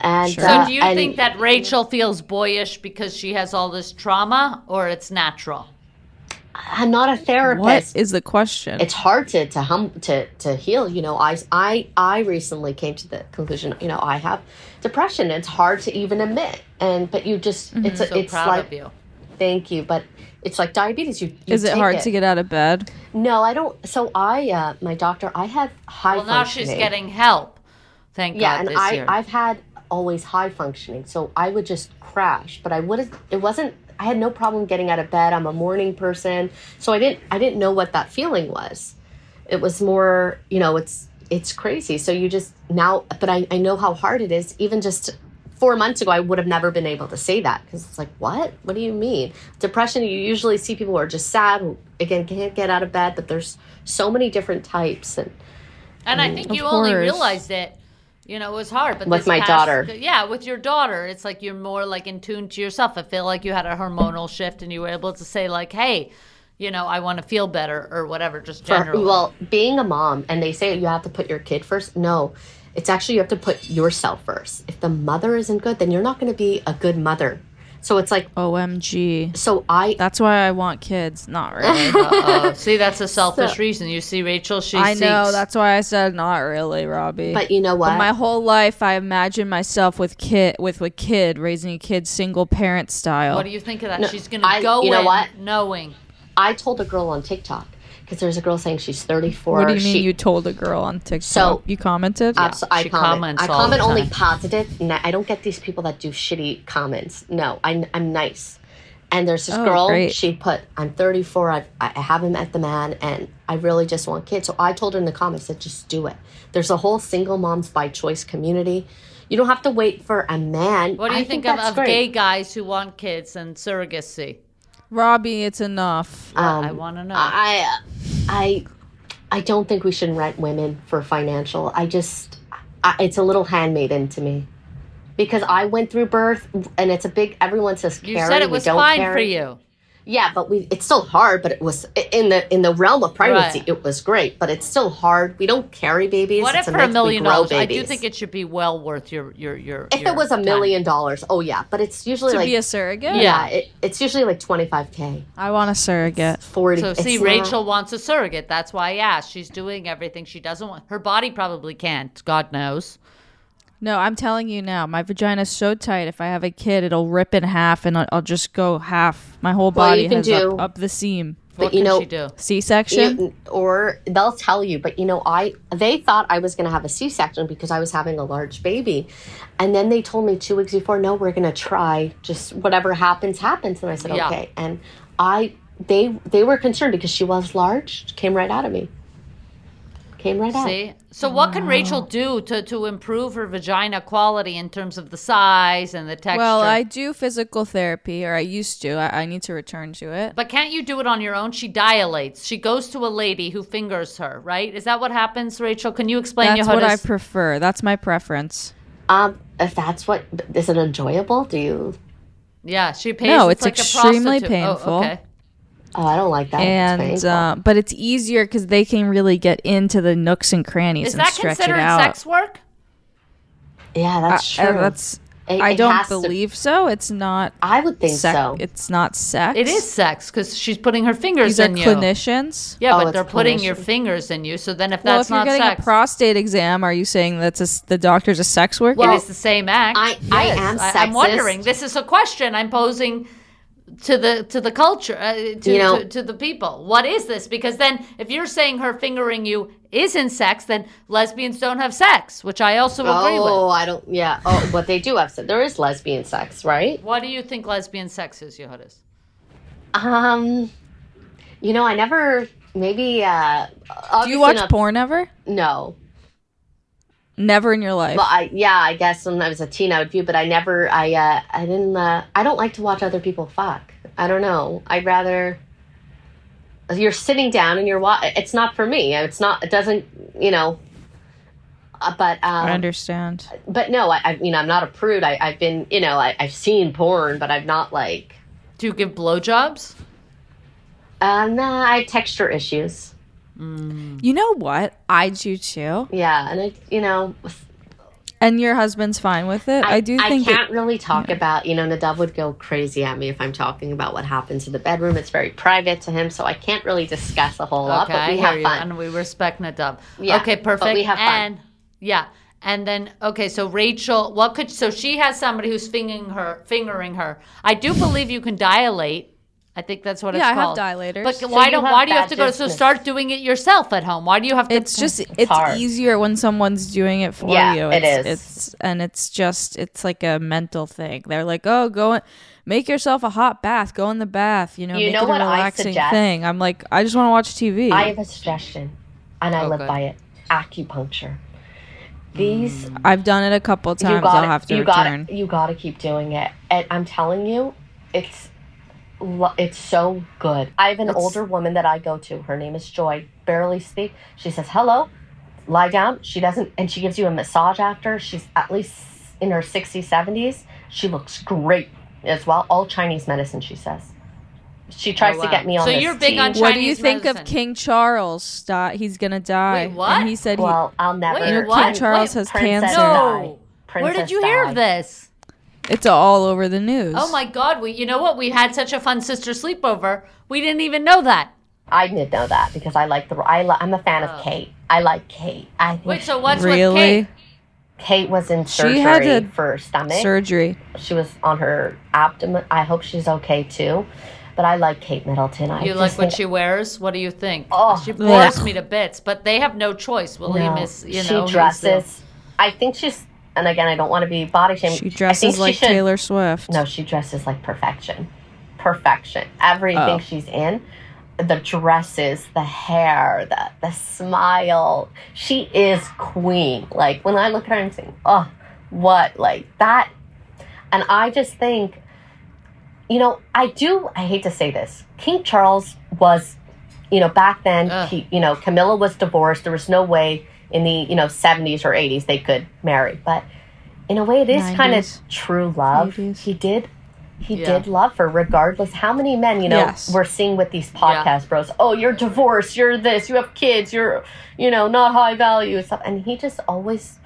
D: And
C: Sure.
B: So,
D: uh,
B: do you
D: and-
B: think that Rachel feels boyish because she has all this trauma, or it's natural?
D: I'm not a
C: What
D: therapist?
C: is the question?
D: it's hard to to hum to to heal you know i i i recently came to the conclusion you know i have depression it's hard to even admit and but you just it's a
B: Mm-hmm. So
D: it's
B: proud
D: like
B: of you.
D: thank you but it's like diabetes you, you
C: is it
D: take
C: hard to get out of bed?
D: no i don't so i uh my doctor i have high
B: Well, now
D: functioning
B: she's getting help. Thank
D: yeah
B: God
D: and
B: this
D: i
B: year.
D: i've had always high functioning so i would just crash but i wouldn't it wasn't i had no problem getting out of bed i'm a morning person so i didn't i didn't know what that feeling was it was more you know it's it's crazy so you just now but i, I know how hard it is even just four months ago i would have never been able to say that because it's like what what do you mean depression you usually see people who are just sad who again can't get out of bed but there's so many different types and
B: And I think
C: Mm, Of
B: you only
C: course.
B: realized it. You know, it was hard. But
D: With
B: this
D: my
B: past-
D: daughter.
B: yeah, with your daughter, it's like you're more like in tune to yourself. I feel like you had a hormonal shift, and you were able to say like, "Hey, you know, I want to feel better" or whatever. Just
D: for-
B: generally.
D: well being a mom and they say you have to put your kid first no it's actually you have to put yourself first if the mother isn't good then you're not going to be a good mother so it's like
C: OMG.
D: so i
C: That's why I want kids. Not really.
B: Uh-oh. see, that's a selfish reason. You see, Rachel, she
C: I know.
B: seeks-
C: That's why I said not really, Robbie.
D: but you know what
C: But my whole life, I imagined myself with kid, with a kid, raising a kid, single parent style.
B: What do you think of that? She's going to
D: I-
B: go
D: you know
B: in
D: what?
B: knowing.
D: i told a girl on tiktok because there's a girl saying she's 34
C: What do you mean?
D: she,
C: you told a girl on TikTok?
D: So-
C: you commented.
D: Abso- I
B: she
D: comment.
B: comments
D: I
B: all the
D: comment only
B: time.
D: positive. And I don't get these people that do shitty comments. No, I'm, I'm nice. And there's this
C: Oh,
D: girl.
C: great.
D: She put, "I'm 34. I've, I I haven't met the man, and I really just want kids." So I told her in the comments that just do it. There's a whole single moms by choice community. You don't have to wait for a man.
B: What do you
D: I
B: think,
D: that's
B: of, of
D: great.
B: gay guys who want kids and surrogacy?
C: Robbie, it's enough.
B: Yeah, I want to know.
D: Um, I, I, I don't think we should rent women for financial. I just, I, it's a little handmaiden to me, because I went through birth, and it's a big. Everyone says
B: you
D: carry,
B: said it
D: we
B: was
D: don't
B: fine for
D: carry.
B: you.
D: Yeah, but we. It's still hard, but it was in the in the realm of pregnancy.
B: Right.
D: It was great, but it's still hard. We don't carry babies.
B: What
D: it's
B: if for a
D: myth, we
B: million
D: grow
B: dollars? I do
D: babies.
B: think it should be well worth your your your.
D: If it was a million dollars, oh yeah, but it's usually
C: To
D: like
C: be a surrogate.
D: yeah, it, it's usually like twenty five k,
C: I want a surrogate.
D: forty.
B: So
D: It's
B: see,
D: not-
B: Rachel wants a surrogate. That's why I asked. She's doing everything she doesn't want. Her body probably can't. God knows.
C: No, I'm telling you now, my vagina's so tight. If I have a kid, it'll rip in half, and I'll, I'll just go half. My whole
D: Well,
C: body
D: you can
C: has
D: do-
C: up, up the seam.
D: But
B: what
D: you
B: can
D: know-
B: she do?
C: C-section.
D: You- or they'll tell you but you know i they thought i was going to have a c-section because i was having a large baby and then they told me two weeks before no we're going to try just whatever happens happens and i said
B: Yeah.
D: okay and i they they were concerned because she was large came right out of me came right out
B: See, so what can Rachel do to to improve her vagina quality in terms of the size and the texture?
C: well, I do physical therapy, or I used to. I, I need to return to it.
B: But can't you do it on your own? She dilates. She goes to a lady who fingers her, right? Is that what happens, Rachel? Can you explain
C: That's
B: you how
C: what
B: to
C: I
B: s-
C: prefer. That's my preference.
D: um if that's what is it enjoyable do you
B: Yeah, she pays.
C: No, it's
B: like a
C: extremely
B: prostitute.
C: painful.
B: Oh, okay.
D: oh i don't like that It's
C: and
D: painful.
C: uh, but it's easier because they can really get into the nooks and crannies
B: Is
C: and
B: that
C: stretch
B: considered
C: it out.
B: sex work?
D: yeah that's
C: I-
D: true
C: I- that's
D: It-
C: I
D: it
C: don't
D: has to-
C: believe so. It's not
D: i would think
C: sex.
D: so
C: It's not sex.
B: It is sex because she's putting her fingers
C: These are
B: in you.
C: clinicians.
B: Yeah,
D: Oh,
B: but
D: it's
B: they're putting your
D: clinician.
B: fingers in you. So then, if
C: well,
B: that's
C: if you're
B: not
C: getting
B: sex,
C: a prostate exam, are you saying that's a s the doctor's a sex worker?
B: it
D: Well,
B: is the same act.
D: I- I am
B: I, am
D: sexist.
B: wondering. This is a question I'm posing to the to the culture uh, to,
D: You know-
B: to to the people what is this because then if you're saying her fingering you isn't sex then lesbians don't have sex which i also agree
D: Oh,
B: with
D: I don't. Yeah. Oh, but they do have sex. There is lesbian sex, right?
B: what do you think lesbian sex is Yehudas?
D: Um, you know, I never. Maybe. Uh,
C: Do you watch
D: enough,
C: porn ever?
D: No.
C: Never in your life.
D: Well, I yeah, I guess when I was a teen, I would view, but I never. I uh, I didn't. Uh, I don't like to watch other people fuck. I don't know. I'd rather. You're sitting down and you're. Wa- it's not for me. It's not. It doesn't. You know. Uh, but um,
C: I understand.
D: but no, I, I mean I'm not a prude. I, I've been you know I, I've seen porn, but I've not like.
B: do you give blowjobs
D: Uh, nah, I have texture issues.
C: You know what? I do too.
D: Yeah, and I, you know,
C: And your husband's fine with it. I, do think that
D: can't really talk about. You know, Nadav would go crazy at me if I'm talking about what happens in the bedroom. It's very private to him, so I can't really discuss a whole lot.
B: okay
D: But
B: I
D: we
B: hear
D: have
B: you
D: fun.
B: and we respect Nadav
D: Yeah,
B: okay
D: but
B: perfect
D: we have fun.
B: and yeah and then okay so Rachel what could so she has somebody who's fingering her fingering her I do believe you can dilate I think that's what
C: Yeah, I
B: it's
C: have
B: called.
C: dilators.
B: But
C: So
B: why
D: you
B: don't
D: have
B: why do you
D: bad
B: have to go? So
D: business.
B: start doing it yourself at home. Why do you have to?
C: it's just it's
D: hard.
C: easier when someone's doing it for
D: Yeah,
C: you.
D: it
C: It's,
D: is.
C: It's and it's just it's like a mental thing. They're like, oh, go in, make yourself a hot bath. Go in the bath. You know,
D: You
C: make
D: know
C: it a
D: what I
C: relaxing
D: suggest?
C: thing. I'm like, I just want to watch TV.
D: I have a suggestion, and I live
B: Oh, good.
D: by it: acupuncture. These
C: I've done it a couple
D: you
C: times.
D: got
C: I'll have to
D: you
C: return.
D: got you got to keep doing it, and I'm telling you, it's lo- it's so good. I have an older woman that I go to. Her name is Joy. Barely speak. She says hello. Lie down. She doesn't, and she gives you a massage after. She's at least in her 60s, 70s. She looks great as well. All Chinese medicine, she says. She tries
B: Oh, wow.
D: to get me on.
B: So
D: this
B: you're big
D: tea.
B: on
C: What do you
B: Chinese
C: think of
B: medicine.
C: King Charles? Di- He's gonna die.
B: Wait, what?
C: And he said
D: Well, I'll never.
B: Wait,
C: Your
B: what?
C: King Charles
B: Wait,
C: has
D: Princess
C: cancer.
D: Di.
B: No. Where
D: Princess
B: did you hear
D: Di.
B: of this?
C: he, it's all over the news.
B: Oh my God! We, you know what? We had such a fun sister sleepover. We didn't even know that.
D: I did know that because I like the. I li- I'm a fan of Kate. I like Kate. I think
B: Oh. Wait, so what's with
C: Really?
B: Kate?
D: Kate was in surgery
C: had a
D: for stomach.
C: Surgery.
D: she was on her abdomen. I hope she's okay too. But I like Kate Middleton. I
B: You
D: just
B: like what
D: think-
B: she wears? What do you think?
D: Oh.
B: she bores
C: Ugh.
B: me to bits. But they have no choice. William
D: No,
B: is, you know,
D: uh, she
B: he's
D: dresses. I think she's, and again, I don't want to be body shaming.
C: She
D: I think
C: dresses
D: she
C: like
D: should-
C: Taylor Swift.
D: No, she dresses like perfection. Perfection. Everything
C: Oh.
D: she's in, the dresses, the hair, the the smile. She is queen. Like when I look at her and think, oh, what like that, and I just think, you know, I do. I hate to say this. King Charles was, you know, back then.
B: Ugh.
D: He, you know, Camilla was divorced. There was no way in the you know seventies or eighties they could marry, but. In a way, it is kind of
C: 90s.
D: true love.
C: 80s.
D: He did, he
B: Yeah.
D: did love her, regardless how many men you know
C: Yes.
D: we're seeing with these
B: Yeah.
D: podcast bros. Oh, you're divorced. You're this. You have kids. You're, you know, not high value and stuff. And he just always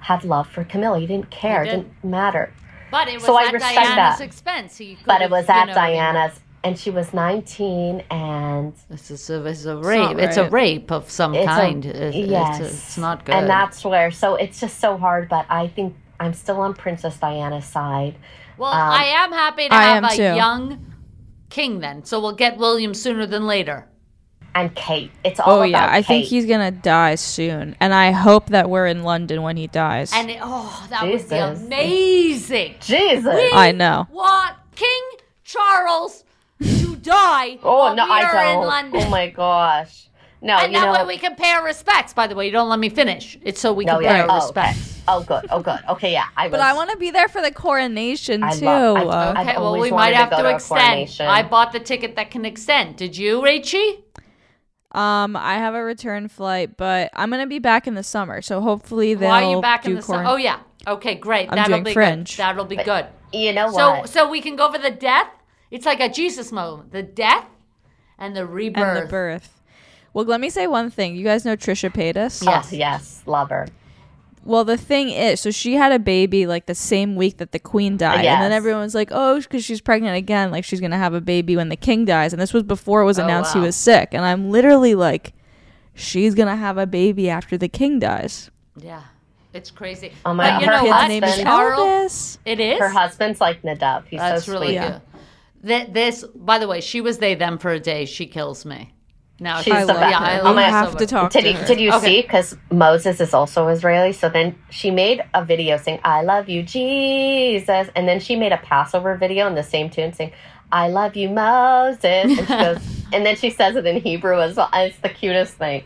D: had love for Camilla. He didn't care.
B: He
D: It
B: did.
D: didn't matter.
B: But it was
D: So I
B: at
D: respect
B: Diana's
D: that.
B: expense. He
D: But
B: could've,
D: it was
B: you
D: at
B: know,
D: Diana's, and she was 19, and
B: This is a, it's a rape. It's,
C: not
B: a
C: right.
B: rape of some
D: it's a-
B: kind. It-
D: yes,
B: it's, it's not good.
D: And that's where. So it's just so hard. But I think I'm still on Princess Diana's side.
B: Well,
D: Um,
B: I am happy to
C: I
B: have
C: am
B: a
C: too.
B: young king then. So we'll get William sooner than later.
D: And Kate, it's
C: Oh
D: all about
C: yeah, I think
D: Kate.
C: he's gonna die soon, and I hope that we're in London when he dies.
B: And it, oh, that would be
D: Jesus.
B: amazing.
D: Jesus.
B: We
C: I know.
B: Want King Charles to die
D: Oh
B: while
D: no,
B: we
D: I
B: are
D: don't.
B: in London.
D: Oh my gosh. No,
B: and
D: you
B: that
D: know.
B: way we compare respects. By the way, you don't let me finish. It's so we
D: no,
B: compare
D: yeah. Oh, okay.
B: respects.
D: oh good. Oh good. Okay, yeah. I
C: but
D: was-
C: I want to be there for the coronation
D: I
C: too.
D: love- I-
C: Uh,
D: I've
B: Okay, well,
D: always
B: we might
D: wanted to
B: have
D: go
B: to,
D: to a
B: extend.
D: coronation.
B: I bought the ticket that can extend. Did you, Rachie?
C: um, I have a return flight, but I'm gonna be back in the summer, so hopefully they'll
B: Why are you back
C: do
B: in the
C: coron-
B: summer? Oh, yeah. Okay, great.
C: I'm
B: That'll
C: doing
B: be
C: French.
B: good. That'll be good.
D: You know
B: So,
D: what?
B: so we can go for the death. It's like a Jesus moment: the death and the rebirth.
C: and the birth. Well, let me say one thing. You guys know Trisha Paytas.
D: Oh,
B: yes.
D: yes, love her.
C: Well, the thing is, so she had a baby like the same week that the queen died, and then
D: Yes.
C: everyone was like, "Oh, because she's pregnant again, like she's gonna have a baby when the king dies." And this was before it
B: Oh,
C: was announced he
D: wow.
C: was sick, and I'm literally like, "She's gonna have a baby after the king dies."
B: Yeah, it's crazy.
D: Oh my
B: but you
D: God.
B: know
D: Her
C: Kid's
B: what?
D: husband-
C: name is
B: Charles,
C: Elvis.
B: it is.
D: Her husband's like Nadab. He's
B: That's
D: so
B: really
D: sweet.
C: Yeah.
B: good. That this, by the way, she was they them for a day. She kills me. Now
D: She's
B: she's
D: the best.
B: yeah, I
D: Oh
B: love
D: my
B: her
D: God.
B: so
C: have to
B: much.
C: talk
D: Did,
C: to
D: you
C: her.
D: did you
B: Okay.
D: see? Because Moses is also Israeli. So then she made a video saying, I love you, Jesus. And then she made a Passover video in the same tune saying, I love you, Moses. And, she goes, and then she says it in Hebrew as well. It's the cutest thing.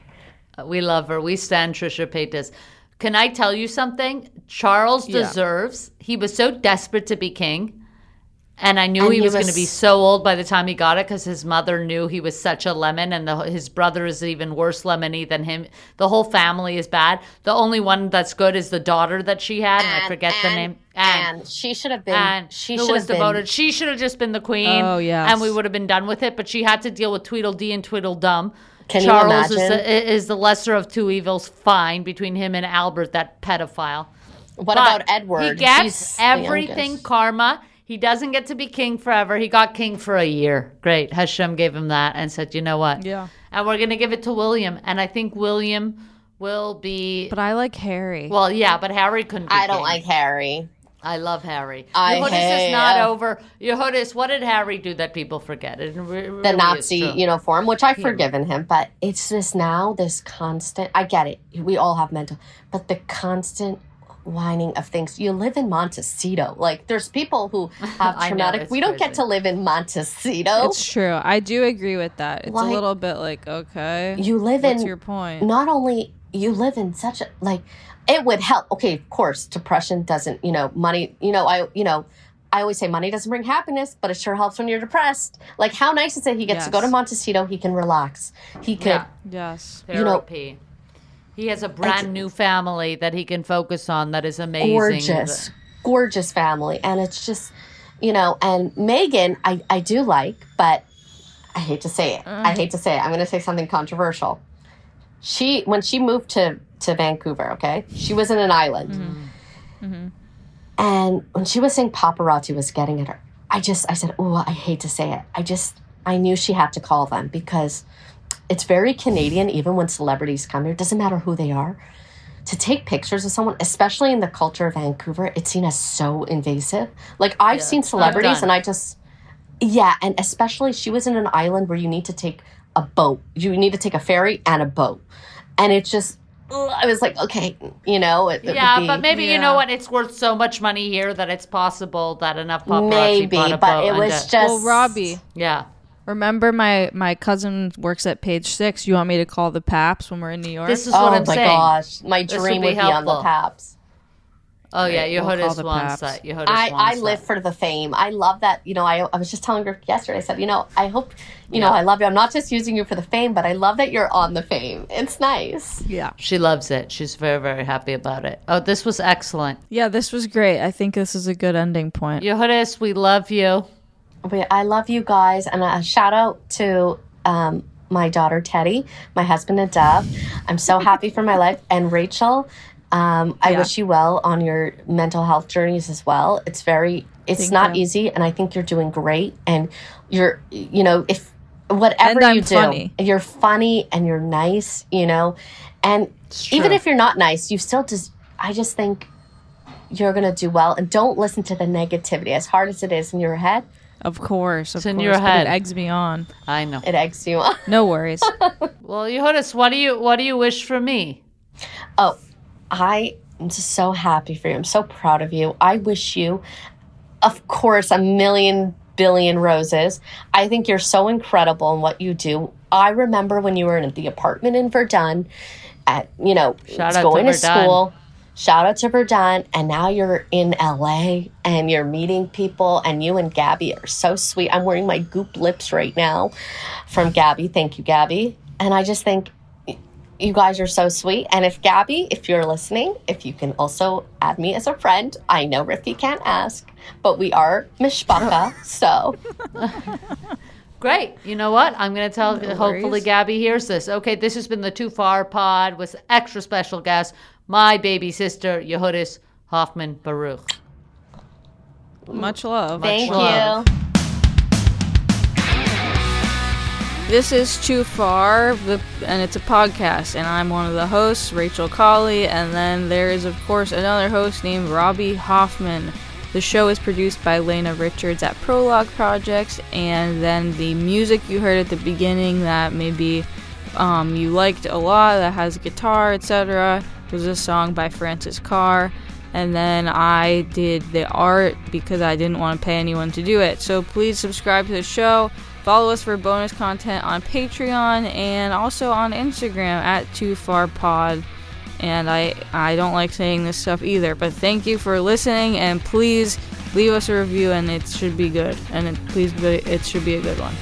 B: We love her. We stand Trisha Paytas. Can I tell you something? Charles deserves. He was so desperate to be king. And I knew
D: And
B: he,
D: he
B: was,
D: was-
B: going to be so old by the time he got it because his mother knew he was such a lemon, and the, his brother is even worse lemony than him. The whole family is bad. The only one that's good is the daughter that she had, and, I forget the name. Anne.
D: And, she should have been.
B: And
D: she
B: who
D: should
B: was
D: have been.
B: devoted. She should have just been the queen.
C: Oh, yes.
B: and we would have been done with it. But she had to deal with Tweedledee and Tweedledum.
D: Can you
B: Charles is,
D: imagine?
B: the, is the lesser of two evils. Fine between him and Albert, that pedophile.
D: What
B: But
D: about Edward?
B: He gets
D: He's the
B: everything
D: youngest.
B: karma. He doesn't get to be king forever. He got king for a year. Great. Hashem gave him that and said, you know what?
C: Yeah.
B: And we're gonna give it to William. And I think William will be.
C: But I like Harry.
B: well, yeah, but Harry couldn't. Be
D: I don't
B: king.
D: like Harry.
B: I love Harry.
D: I
B: Yehudas
D: hate-
B: is not over. Yehudas, what did Harry do that people forget? It re- really
D: the
B: is
D: Nazi
B: true.
D: uniform, which I've forgiven him, but it's just now this constant. I get it. We all have mental, but the constant whining of things. You live in Montecito. Like there's people who have
B: I know,
D: traumatic.
B: it's
D: we don't get
B: crazy.
D: to live in Montecito.
C: It's true. I do agree with that. It's
D: Like-
C: a little bit like, okay.
D: you live
C: what's
D: in
C: your point?
D: not only you live in such a like it would help okay of course depression doesn't you know money you know i you know i always say money doesn't bring happiness but it sure helps when you're depressed like how nice is it he gets to go
C: Yes.
D: to montecito he can relax he could
B: Yeah.
C: Yes.
D: you know-
B: therapy. he has a brand new family that he can focus on. That is amazing.
D: gorgeous, gorgeous family. And it's just, you know, and Megan, I, I do like, but I hate to say it. I hate to say it. I'm going to say something controversial. She, when she moved to, to Vancouver, okay, she was in an island. And when she was saying paparazzi was getting at her, I just, I said, oh, I hate to say it. I just, I knew she had to call them because it's very Canadian, even when celebrities come here, it doesn't matter who they are to take pictures of someone, especially in the culture of Vancouver, it's seen as so invasive. Like I've seen celebrities
B: done.
D: and I just yeah, and especially she was in an island where you need to take a boat. You need to take a ferry and a boat. And it's just ugh, I was like, okay, you know, it, it would
B: Yeah,
D: be-
B: but maybe you know
C: Yeah.
B: what? It's worth so much money here that it's possible that enough paparazzi
D: maybe,
B: bought a
D: but
B: boat
D: it
B: and
D: was
B: did-
D: just
C: Well, Robbie,
B: yeah.
C: remember my my cousin works at Page Six. You want me to call the Paps when we're in New York?
B: This is
D: Oh
B: what I'm
D: my
B: saying.
D: gosh, my
B: This would
D: dream
B: be
D: would be, on the
B: helpful.
D: Paps.
B: Oh yeah,
C: We'll call
B: Yehudas
C: the paps.
B: wants that. Yehudas
D: I, I
B: wants that.
D: live for the fame. I love that. You know, I, I was just telling her yesterday, I said, you know, I hope, you know, I love you. I'm not just using you for the fame, but I love that you're on the fame. It's nice.
C: yeah.
B: She loves it. She's very very happy about it. Oh, this was excellent.
C: Yeah, this was great. I think this is a good ending point.
B: Yehudas, we love you.
D: But I love you guys. And a shout out to um, my daughter, Teddy, my husband, Nadav. I'm so happy for my life. And Rachel, um, I wish you well on your mental health journeys as well. It's very, it's not easy. And I think you're doing great. And you're, you know, if whatever
C: And I'm
D: you do,
C: funny.
D: you're funny and you're nice, you know. And even if you're not nice, you still just, I just think you're going to do well. And don't listen to the negativity, as hard as it is in your head.
C: Of course, of
B: in
C: course,
B: your
C: but
B: head.
C: It eggs me on.
B: I know.
D: It eggs you on.
C: No worries.
B: Well, Yehudas, what do you what do you wish for me?
D: Oh, I am just so happy for you. I'm so proud of you. I wish you, of course, a million billion roses. I think you're so incredible in what you do. I remember when you were in the apartment in Verdun, at you know,
B: Shout out
D: going
B: to
D: to,
B: Verdun.
D: school. Shout out to Verdun, and now you're in LA and you're meeting people, and you and Gabby are so sweet. I'm wearing my goop lips right now from Gabby. Thank you, Gabby. And I just think you guys are so sweet. And if Gabby, if you're listening, if you can also add me as a friend, I know Rifki can't ask, but we are mishpacha. so
B: Great. You know what? I'm going to tell. hopefully,
C: worries.
B: Gabby hears this. Okay, this has been the Too Far Pod with extra special guest, my baby sister, Yehudis Hoffman Baruch.
C: Much love.
D: thank
B: love.
D: you.
C: This is Too Far, the, and it's a podcast, and I'm one of the hosts, Rachel Colley, and then there is, of course, another host named Robbie Hoffman. The show is produced by Lena Richards at Prologue Projects, and then the music you heard at the beginning that maybe um, you liked a lot, that has guitar, etc., was a song by Francis Carr. And then I did the art because I didn't want to pay anyone to do it. So please subscribe to the show. Follow us for bonus content on Patreon and also on Instagram at Too Far Pod. And I I don't like saying this stuff either, but thank you for listening and please leave us a review and it should be good and it, please be, it should be a good one.